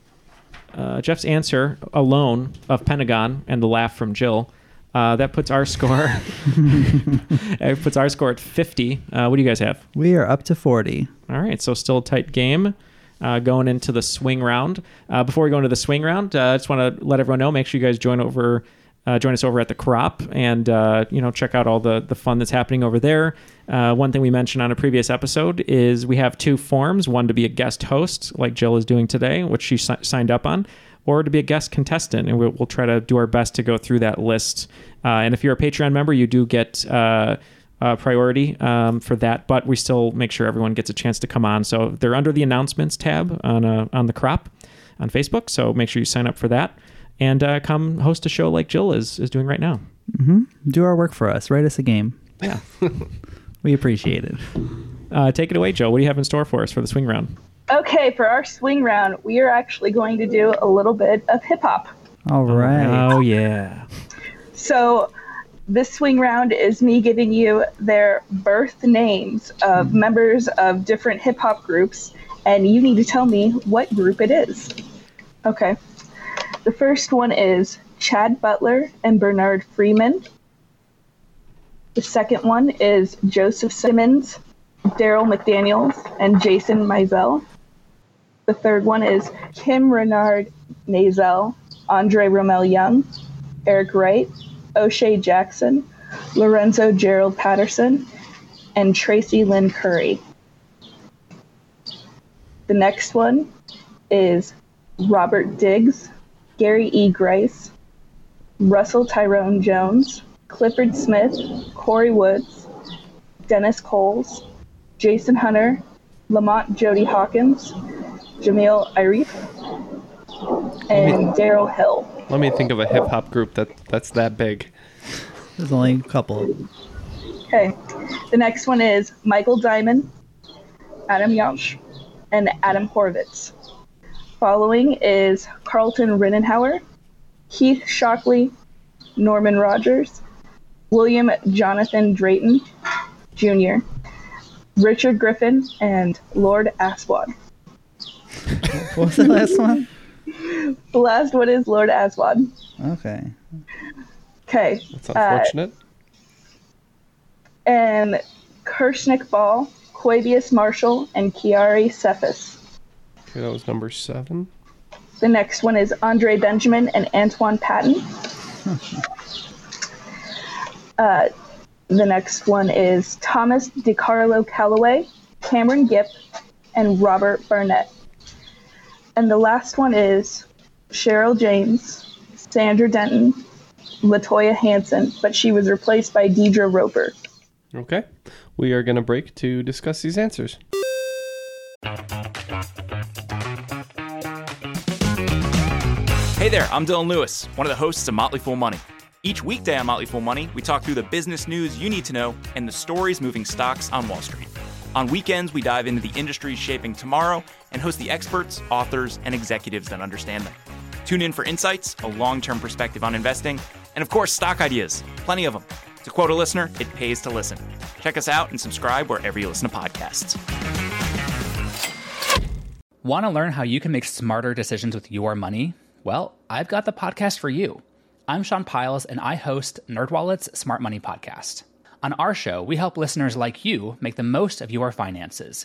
Speaker 2: uh, Jeff's answer alone of Pentagon and the laugh from Jill, uh, that puts our score. it puts our score at fifty. Uh, what do you guys have?
Speaker 5: We are up to 40.
Speaker 2: All right, so still a tight game. Uh, going into the swing round. Uh, before we go into the swing round, uh, I just want to let everyone know. Make sure you guys join over, uh, join us over at the Crop, and uh, you know check out all the the fun that's happening over there. Uh, one thing we mentioned on a previous episode is we have two forms: one to be a guest host, like Jill is doing today, which she si- signed up on, or to be a guest contestant, and we'll, we'll try to do our best to go through that list. Uh, and if you're a Patreon member, you do get. Uh, uh, priority um, for that, but we still make sure everyone gets a chance to come on. So they're under the announcements tab on uh, on the crop on Facebook. So make sure you sign up for that and uh, come host a show like Jill is is doing right now.
Speaker 5: hmm Do our work for us. Write us a game.
Speaker 2: Yeah.
Speaker 5: we appreciate it.
Speaker 2: Uh, take it away, Joe. What do you have in store for us for the swing round?
Speaker 6: Okay, for our swing round, we are actually going to do a little bit of hip hop.
Speaker 5: All right.
Speaker 2: Oh yeah.
Speaker 6: So, this swing round is me giving you their birth names of members of different hip hop groups, and you need to tell me what group it is. Okay. The first one is Chad Butler and Bernard Freeman. The second one is Joseph Simmons, Daryl McDaniels, and Jason Mizell. The third one is Kim Renard Nazel, Andre Rommel Young, Eric Wright, O'Shea Jackson, Lorenzo Gerald Patterson, and Tracy Lynn Curry. The next one is Robert Diggs, Gary E. Grace, Russell Tyrone Jones, Clifford Smith, Corey Woods, Dennis Coles, Jason Hunter, Lamont Jody Hawkins, Jamil Irif, and Daryl Hill.
Speaker 4: Let me think of a hip hop group that that's that big.
Speaker 5: There's only a couple.
Speaker 6: Okay. The next one is Michael Diamond, Adam Yauch, and Adam Horvitz. Following is Carlton Rinnenhauer, Keith Shockley, Norman Rogers, William Jonathan Drayton Jr., Richard Griffin, and Lord Aswad.
Speaker 5: What was the last one?
Speaker 6: The last one is Lord Aswad.
Speaker 5: Okay.
Speaker 6: Okay.
Speaker 4: It's unfortunate.
Speaker 6: and Kershnick Ball, Quavius Marshall, and Kiari Cephas.
Speaker 4: okay, that was number seven.
Speaker 6: The next one is Andre Benjamin and Antoine Patton. Uh, the next one is Thomas DiCarlo Calloway, Cameron Gipp, and Robert Barnett. And the last one is Cheryl James, Sandra Denton, Latoya Hansen, but she was replaced by Deidre Roper.
Speaker 4: Okay. We are going to break to discuss these answers.
Speaker 7: Hey there, I'm Dylan Lewis, one of the hosts of Motley Fool Money. Each weekday on Motley Fool Money, we talk through the business news you need to know and the stories moving stocks on Wall Street. On weekends, we dive into the industries shaping tomorrow and host the experts, authors, and executives that understand them. Tune in for insights, a long term perspective on investing, and of course, stock ideas. Plenty of them. To quote a listener, it pays to listen. Check us out and subscribe wherever you listen to podcasts.
Speaker 8: Want to learn how you can make smarter decisions with your money? Well, I've got the podcast for you. I'm Sean Piles and I host NerdWallet's Smart Money Podcast. On our show, we help listeners like you make the most of your finances.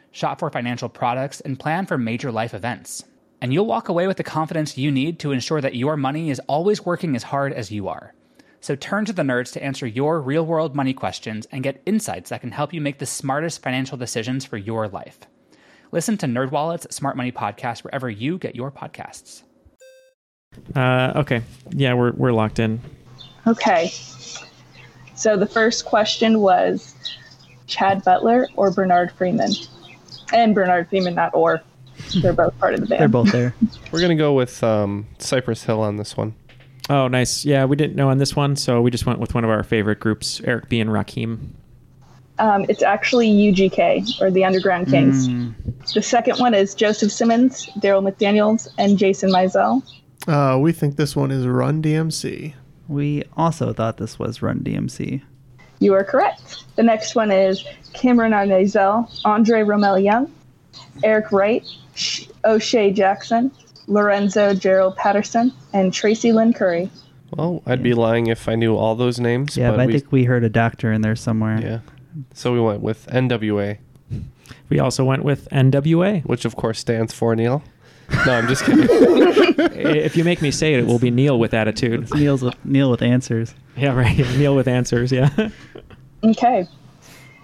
Speaker 8: shop for financial products, and plan for major life events. And you'll walk away with the confidence you need to ensure that your money is always working as hard as you are. So turn to the nerds to answer your real world money questions and get insights that can help you make the smartest financial decisions for your life. Listen to NerdWallet's Smart Money Podcast wherever you get your podcasts.
Speaker 2: Uh, okay. Yeah, we're, we're locked in.
Speaker 6: Okay. So the first question was Chad Butler or Bernard Freeman? And Bernard Freeman, not or. They're both part of the band.
Speaker 5: Hmm. They're both there.
Speaker 4: We're gonna go with um, Cypress Hill on this one.
Speaker 2: Oh, nice. Yeah, we didn't know on this one, so we just went with one of our favorite groups, Eric B. and Rakim.
Speaker 6: Um, it's actually UGK, or the Underground Kings.
Speaker 5: Hmm. Mm.
Speaker 6: The second one is Joseph Simmons, Daryl McDaniels, and Jason Mizell.
Speaker 3: Uh, we think this one is Run DMC.
Speaker 5: We also thought this was Run DMC.
Speaker 6: You are correct. The next one is Cameron Arnazel, Andre Romel Young, Eric Wright, Sh- O'Shea Jackson, Lorenzo Gerald Patterson, and Tracy Lynn Curry.
Speaker 4: Well, I'd be lying if I knew all those names.
Speaker 5: Yeah, but, I
Speaker 4: we,
Speaker 5: think we heard a doctor in there somewhere.
Speaker 4: Yeah. So we went with NWA.
Speaker 2: We also went with NWA,
Speaker 4: which of course stands for Neil. No, I'm just kidding.
Speaker 2: if you make me say it, it will be Neil with attitude.
Speaker 5: It's Neil's with, Neil with answers.
Speaker 2: Yeah, right. Yeah, Neil with answers. Yeah.
Speaker 6: Okay.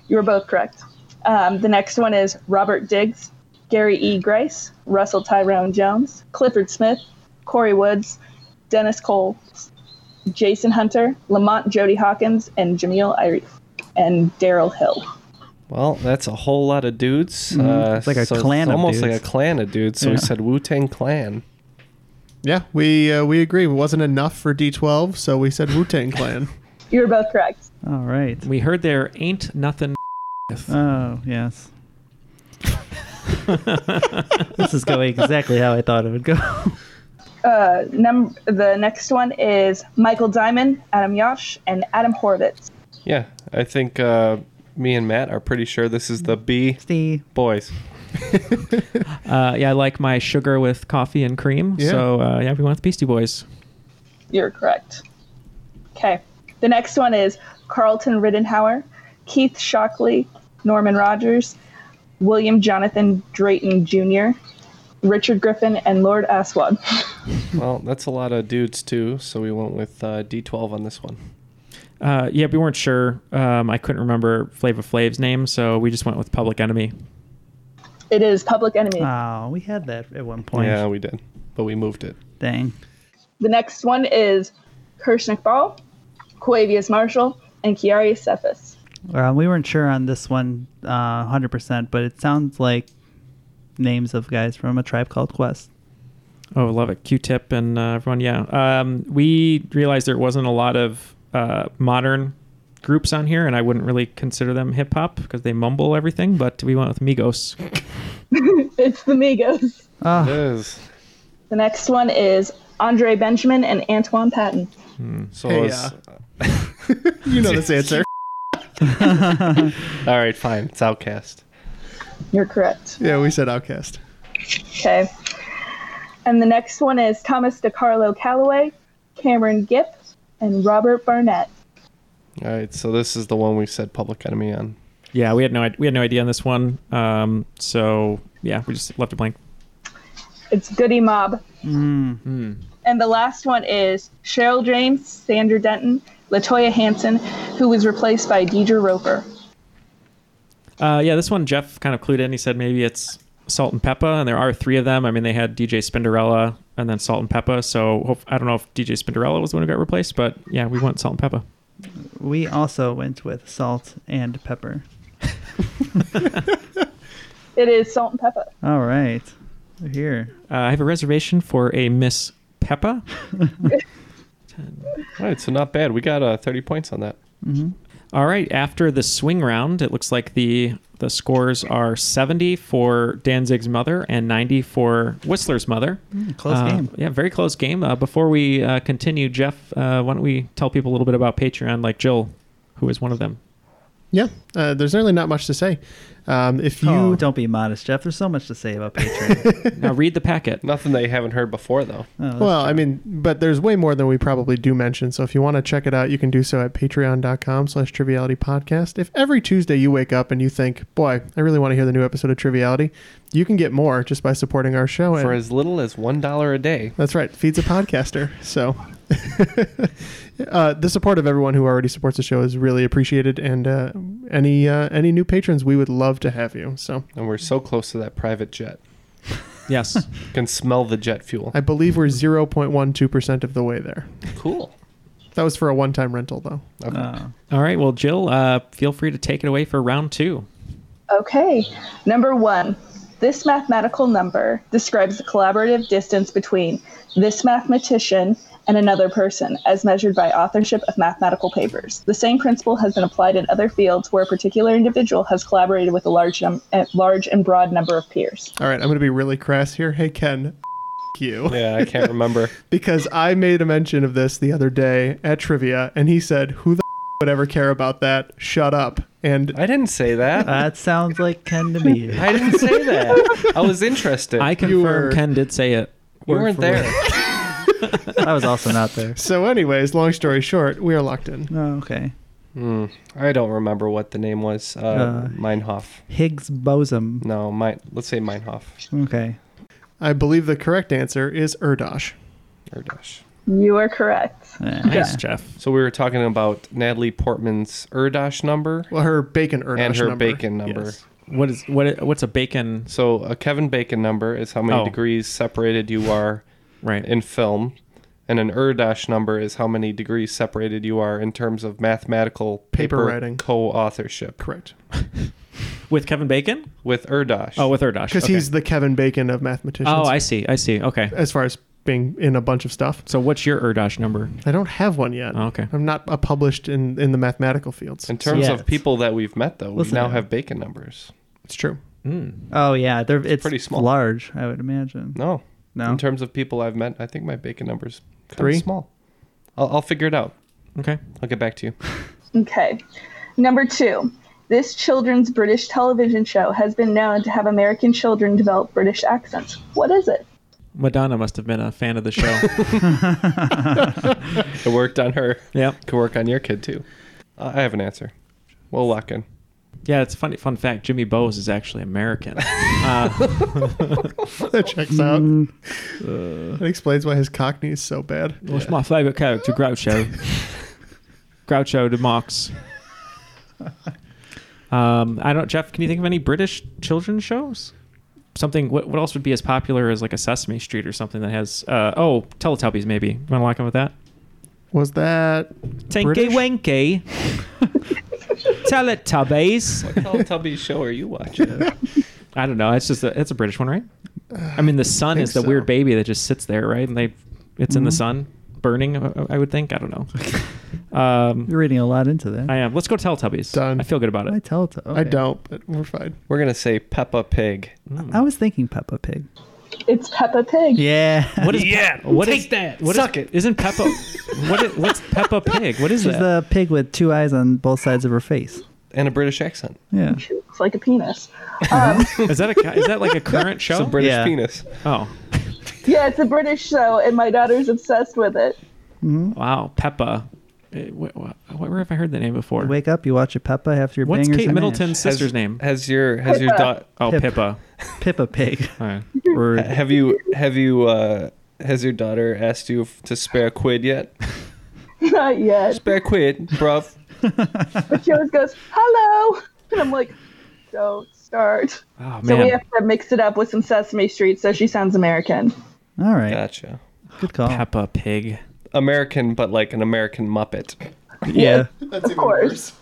Speaker 6: You were both correct. Um, the next one is Robert Diggs, Gary E. Grace, Russell Tyrone Jones, Clifford Smith, Corey Woods, Dennis Cole, Jason Hunter, Lamont Jody Hawkins, and Jameel Irif, and Daryl Hill.
Speaker 4: well, that's a whole lot of dudes.
Speaker 5: Mhm.
Speaker 4: Uh,
Speaker 5: It's like a
Speaker 4: so
Speaker 5: clan of
Speaker 4: almost like
Speaker 5: dudes.
Speaker 4: a clan of dudes. So
Speaker 5: Yeah.
Speaker 4: we said Wu Tang Clan.
Speaker 3: Yeah, we uh, we agree. It wasn't enough for D12, so we said Wu Tang Clan.
Speaker 6: You were both correct.
Speaker 5: All right.
Speaker 2: We heard there ain't nothing.
Speaker 5: Oh, yes. this is going exactly how I thought it would go.
Speaker 6: Uh, num- the next one is Michael Diamond, Adam Yosh, and Adam Horvitz.
Speaker 4: Yeah, I think uh, me and Matt are pretty sure this is the B boys.
Speaker 2: Uh, yeah, I like my sugar with coffee and cream.
Speaker 6: Yeah.
Speaker 2: So uh, yeah, we went with Beastie Boys.
Speaker 6: You're correct. Okay. The next one is Carlton Rittenhauer, Keith Shockley, Norman Rogers, William Jonathan Drayton Jr., Richard Griffin, and Lord Aswad.
Speaker 4: Well, that's a lot of dudes too. So we went with uh, D12 on this one.
Speaker 2: Uh, yeah, we weren't sure. Um, I couldn't remember Flava Flav's name, so we just went with Public Enemy.
Speaker 6: It is Public Enemy.
Speaker 5: Oh, we had that at one point.
Speaker 4: Yeah, we did, but we moved it.
Speaker 5: Dang.
Speaker 6: The next one is Kershnick Ball, Quavius Marshall, and Kiari Cephas.
Speaker 5: Uh, we weren't sure on this one uh, 100%, but it sounds like names of guys from a tribe called Quest.
Speaker 2: Oh, love it. Q-Tip and uh, everyone. Yeah. Um, we realized there wasn't a lot of uh, modern groups on here, and I wouldn't really consider them hip hop because they mumble everything. But we went with Migos.
Speaker 6: it's the Migos.
Speaker 5: Ah.
Speaker 6: The next one is Andre Benjamin and Antoine Patton.
Speaker 4: Hmm, So
Speaker 3: Hey, uh,
Speaker 4: it's-
Speaker 3: you know this answer.
Speaker 4: all right, fine. It's Outcast.
Speaker 6: You're correct.
Speaker 3: Yeah, we said Outcast.
Speaker 6: Okay. And the next one is Thomas DiCarlo Calloway, Cameron Gipp, and Robert Barnett.
Speaker 4: All right, so this is the one we said Public Enemy on.
Speaker 2: Yeah, we had no we had no idea on this one. Um, so yeah, we just left it blank.
Speaker 6: It's Goody Mob.
Speaker 2: Mm-hmm.
Speaker 6: And the last one is Cheryl James, Sandra Denton, Latoya Hansen, who was replaced by Deidre Roper.
Speaker 2: Uh, yeah, this one Jeff kind of clued in. He said maybe it's Salt and Peppa, and there are three of them. I mean, they had DJ Spinderella and then Salt and Peppa. So hope, I don't know if DJ Spinderella was the one who got replaced, but yeah, we want Salt and Peppa.
Speaker 5: We also went with salt and pepper.
Speaker 6: It is Salt and Pepper.
Speaker 5: All right. We're here.
Speaker 2: Uh, I have a reservation for a Miss Peppa.
Speaker 4: All right, so not bad. We got uh, 30 points on that.
Speaker 5: Mm-hmm.
Speaker 2: All right, after the swing round, it looks like the the scores are 70 for Danzig's mother and 90 for Whistler's mother.
Speaker 5: Mm, close
Speaker 2: Uh,
Speaker 5: game.
Speaker 2: Yeah, very close game. Uh, before we uh, continue, Jeff, uh, why don't we tell people a little bit about Patreon, like Jill, who is one of them.
Speaker 3: Yeah, uh, there's really not much to say. Um, if you
Speaker 5: Oh, don't be modest, Jeff. There's so much to say about Patreon.
Speaker 2: now read the packet.
Speaker 4: Nothing they haven't heard before, though.
Speaker 3: well, I mean, but there's way more than we probably do mention. So if you want to check it out, you can do so at patreon.com slash triviality podcast. If every Tuesday you wake up and you think, boy, I really want to hear the new episode of Triviality, you can get more just by supporting our show.
Speaker 4: For
Speaker 3: and-
Speaker 4: as little as $1 a day.
Speaker 3: That's right. Feeds a podcaster. So uh, the support of everyone who already supports the show is really appreciated, and uh, any uh, any new patrons, we would love to have you. So,
Speaker 4: and we're so close to that private jet.
Speaker 2: Yes,
Speaker 4: can smell the jet fuel.
Speaker 3: I believe we're zero point one two percent of the way there.
Speaker 4: Cool.
Speaker 3: That was for a one time rental, though.
Speaker 5: Uh.
Speaker 2: All right. Well, Jill, uh, feel free to take it away for round two.
Speaker 6: Okay, number one. This mathematical number describes the collaborative distance between this mathematician and another person, as measured by authorship of mathematical papers. The same principle has been applied in other fields where a particular individual has collaborated with a large, num- a large and broad number of peers.
Speaker 3: All right, I'm going to be really crass here. Hey, Ken, f- you.
Speaker 4: Yeah, I can't remember.
Speaker 3: because I made a mention of this the other day at trivia, and he said, "Who the f- would ever care about that? Shut up." And
Speaker 4: I didn't say that.
Speaker 5: That sounds like Ken to me.
Speaker 4: I didn't say that. I was interested.
Speaker 2: I confirm Ken did say it.
Speaker 4: You
Speaker 2: Word
Speaker 4: weren't
Speaker 2: for
Speaker 4: there.
Speaker 2: word.
Speaker 5: I was also not there.
Speaker 3: So, anyways, long story short, we are locked in.
Speaker 5: Oh, okay.
Speaker 4: Hmm. I don't remember what the name was. Uh,
Speaker 5: Uh,
Speaker 4: Meinhof.
Speaker 5: Higgs bosom.
Speaker 4: No, mine. Let's say Meinhof.
Speaker 5: Okay.
Speaker 3: I believe the correct answer is Erdosh.
Speaker 4: Erdosh.
Speaker 6: You are correct.
Speaker 2: Nice, Jeff.
Speaker 4: So we were talking about Natalie Portman's Erdosh number.
Speaker 3: Well, her bacon Erdosh
Speaker 4: and her
Speaker 3: number.
Speaker 4: bacon number.
Speaker 3: Yes.
Speaker 2: What is what? What's a bacon?
Speaker 4: So a Kevin Bacon number is how many
Speaker 2: Oh.
Speaker 4: degrees separated you are,
Speaker 2: right,
Speaker 4: in film, and an Erdash number is how many degrees separated you are in terms of mathematical
Speaker 3: Paper writing.
Speaker 4: co-authorship.
Speaker 3: Correct.
Speaker 2: With Kevin Bacon?
Speaker 4: With Erdash.
Speaker 2: Oh, with Erdosh.
Speaker 3: Because
Speaker 2: Okay.
Speaker 3: he's the Kevin Bacon of mathematicians.
Speaker 2: Oh, I see. I see. Okay.
Speaker 3: As far as being in a bunch of stuff.
Speaker 2: So what's your Erdosh number?
Speaker 3: I don't have one yet.
Speaker 2: Oh, okay.
Speaker 3: I'm not uh, published in, in the mathematical fields.
Speaker 4: In terms
Speaker 5: Yeah.
Speaker 4: of people that we've met, though, we
Speaker 5: Listen
Speaker 4: now
Speaker 5: to
Speaker 4: have Bacon numbers.
Speaker 3: It's true.
Speaker 5: Oh yeah, they're, it's,
Speaker 4: pretty small.
Speaker 5: large. I would imagine.
Speaker 4: No.
Speaker 5: No?
Speaker 4: In terms of people I've met, I think my Bacon number's kind
Speaker 3: Three?
Speaker 4: of small. I'll, I'll figure it out.
Speaker 2: Okay.
Speaker 4: I'll get back to you.
Speaker 6: Okay. Number two. This children's British television show has been known to have American children develop British accents. What is it?
Speaker 2: Madonna must have been a fan of the show.
Speaker 4: It worked on her.
Speaker 2: Yep.
Speaker 4: Could work on your kid too. Uh, I have an answer. We'll lock in.
Speaker 2: yeah, it's a funny. Fun fact: Jimmy Bowes is actually American. Uh,
Speaker 3: that checks out. that explains why his cockney is so bad.
Speaker 2: What's my favorite character? Groucho. Groucho de Marx. Um, I don't. Jeff, can you think of any British children's shows? Something. What, what else would be as popular as like a Sesame Street or something that has? Uh, oh, Teletubbies maybe. You want to lock in with that?
Speaker 3: Was that
Speaker 2: Tinky
Speaker 3: British?
Speaker 2: Winky. Teletubbies.
Speaker 4: Teletubbies show are you watching?
Speaker 2: I don't know. It's just a, it's a British one, right? I mean, the sun
Speaker 3: Uh, think
Speaker 2: is the
Speaker 3: so. Mm-hmm.
Speaker 2: weird baby that just sits there, right? And they, it's in the sun, burning. I I would think. I don't know. Um,
Speaker 5: You're reading a lot into that.
Speaker 2: I am. Let's go Teletubbies.
Speaker 3: Done.
Speaker 2: I feel good about
Speaker 5: I
Speaker 2: it.
Speaker 5: tell it to.
Speaker 3: I
Speaker 5: okay.
Speaker 3: don't, but we're fine.
Speaker 4: We're gonna say Peppa Pig.
Speaker 2: Mm.
Speaker 5: I was thinking Peppa Pig.
Speaker 6: It's Peppa Pig.
Speaker 5: Yeah.
Speaker 2: What is yeah? What take that? What is-
Speaker 4: Suck it.
Speaker 2: Isn't Peppa? what is, what's Peppa Pig? What is
Speaker 5: She's
Speaker 2: that?
Speaker 5: the pig with two eyes on both sides of her face.
Speaker 4: And a British accent.
Speaker 5: Yeah.
Speaker 6: She looks like a penis. Um,
Speaker 2: is that a Uh, is that like a current show?
Speaker 4: It's a British
Speaker 5: Yeah.
Speaker 4: penis.
Speaker 2: oh,
Speaker 6: yeah, it's a British show, and my daughter's obsessed with it.
Speaker 5: Mm-hmm.
Speaker 2: wow, Peppa. Eh, wh- wh- Where have I heard that name before?
Speaker 5: You wake up, you watch a Peppa after your
Speaker 2: What's
Speaker 5: bangers.
Speaker 2: Kate
Speaker 5: and mash.
Speaker 2: Middleton's
Speaker 4: Has-
Speaker 2: sister's name?
Speaker 4: Has your has your daughter?
Speaker 2: Oh,
Speaker 5: Pip.
Speaker 2: Pippa.
Speaker 5: Pippa Pig.
Speaker 2: All right. Rude.
Speaker 4: Have you have you uh, has your daughter asked you f- to spare a quid yet?
Speaker 6: Not yet.
Speaker 4: Spare a quid, bruv.
Speaker 6: But she always goes, hello. And I'm like, don't start.
Speaker 2: Oh man.
Speaker 6: So we have to mix it up with some Sesame Street so she sounds American.
Speaker 5: All right.
Speaker 4: Gotcha.
Speaker 5: Good call.
Speaker 2: Peppa Pig.
Speaker 4: American, but like an American Muppet.
Speaker 5: yeah.
Speaker 6: of course.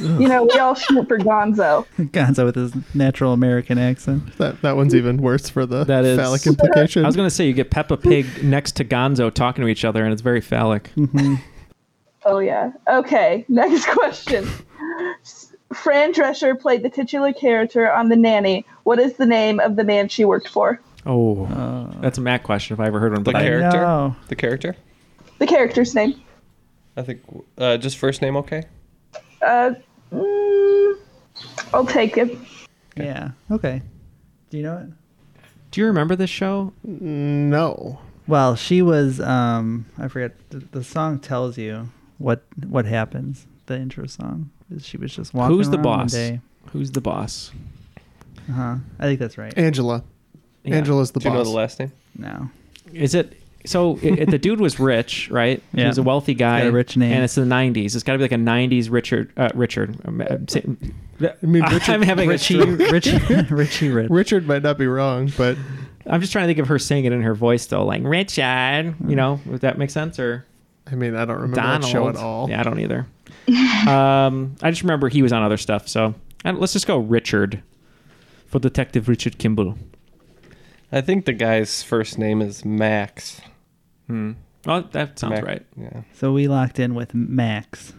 Speaker 6: You know, we all shoot for Gonzo.
Speaker 5: Gonzo with his natural American accent.
Speaker 3: That that one's even worse for the
Speaker 2: That is-
Speaker 3: phallic implication.
Speaker 2: I was gonna say you get Peppa Pig next to Gonzo talking to each other, and it's very phallic.
Speaker 5: Mm-hmm.
Speaker 6: Oh, yeah. Okay, next question. Fran Drescher played the titular character on The Nanny. What is the name of the man she worked for?
Speaker 2: Oh, that's a Matt question if I ever heard one.
Speaker 4: The
Speaker 2: But I,
Speaker 4: character.
Speaker 5: Uh, know.
Speaker 4: The character.
Speaker 6: The character's name.
Speaker 4: I think uh, just first name okay.
Speaker 6: Uh, mm, I'll take it.
Speaker 5: Yeah. Okay. Do you know it?
Speaker 2: do you remember this show?
Speaker 3: no.
Speaker 5: Well, she was. Um, I forget. The, the song tells you what what happens. The intro song. She was just walking.
Speaker 2: Who's the
Speaker 5: around one
Speaker 2: boss?
Speaker 5: day.
Speaker 2: Who's the boss?
Speaker 5: Uh-huh. I think that's right.
Speaker 3: Angela.
Speaker 2: Yeah.
Speaker 3: Angela's the
Speaker 4: Do you know
Speaker 3: boss.
Speaker 4: the last name?
Speaker 5: No.
Speaker 2: Is it so it, it- the dude was rich, right? He
Speaker 5: Yeah.
Speaker 2: was a wealthy guy.
Speaker 5: Got a rich name.
Speaker 2: And it's the 90s. It's got to be like a 90s Richard. Uh, Richard. Um, uh, say- I'm having
Speaker 5: Richie,
Speaker 2: a stroke.
Speaker 5: Richie, Richie Rich.
Speaker 2: Richard might not be wrong, but I'm just trying to think of her saying it in her voice though, like Richard.
Speaker 5: Mm.
Speaker 2: You know, would that make sense? Or I mean, I don't
Speaker 3: remember that show at all.
Speaker 2: Yeah, I don't either. um, I just remember he was on other stuff. So and let's just go Richard for Detective Richard Kimball.
Speaker 4: I think the guy's first name is Max.
Speaker 2: Hmm. Oh, that sounds
Speaker 4: Mac-
Speaker 2: right.
Speaker 4: Yeah.
Speaker 5: So we locked in with Max.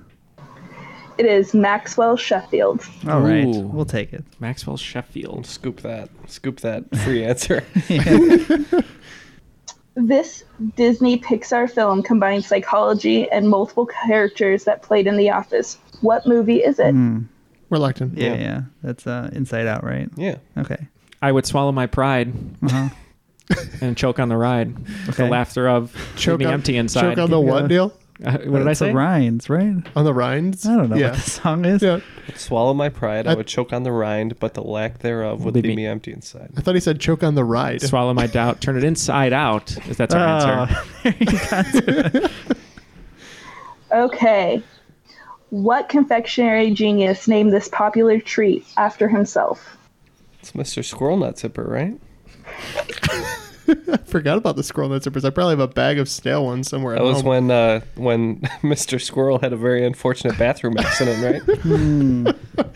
Speaker 6: It is Maxwell Sheffield.
Speaker 5: All right,
Speaker 4: Ooh.
Speaker 5: we'll take it.
Speaker 2: Maxwell Sheffield.
Speaker 4: Scoop that. Scoop that free answer.
Speaker 6: This Disney Pixar film combines psychology and multiple characters that played in The Office. What movie is it?
Speaker 5: Reluctant. Yeah,
Speaker 2: Yeah.
Speaker 5: yeah, That's uh, Inside Out, right?
Speaker 4: Yeah.
Speaker 5: Okay.
Speaker 2: I would swallow my pride
Speaker 5: Uh-huh.
Speaker 2: and choke on the ride. The laughter of
Speaker 3: Choke
Speaker 2: leaving
Speaker 3: on-
Speaker 2: empty inside.
Speaker 3: choke on the what deal?
Speaker 2: Uh, what did I
Speaker 5: That's
Speaker 2: say?
Speaker 5: The Rhines, right?
Speaker 4: On the rinds?
Speaker 5: I don't know
Speaker 4: Yeah.
Speaker 5: what the song is.
Speaker 4: Swallow my pride. I
Speaker 3: I-
Speaker 4: would choke on the rind, but the lack thereof would
Speaker 2: Leave
Speaker 4: leave,
Speaker 2: me-
Speaker 4: me empty inside.
Speaker 3: I thought he said choke on the ride.
Speaker 2: Swallow my doubt. Turn it inside out. If that's our
Speaker 3: Ah.
Speaker 2: answer.
Speaker 6: Okay. What confectionery genius named this popular treat after himself?
Speaker 4: It's Mr. Squirrel Nut Zipper, right?
Speaker 3: I forgot about the squirrel nut zippers. I probably have a bag of stale ones somewhere.
Speaker 4: That
Speaker 3: at
Speaker 4: was
Speaker 3: home.
Speaker 4: when uh, when Mr. Squirrel had a very unfortunate bathroom accident, right?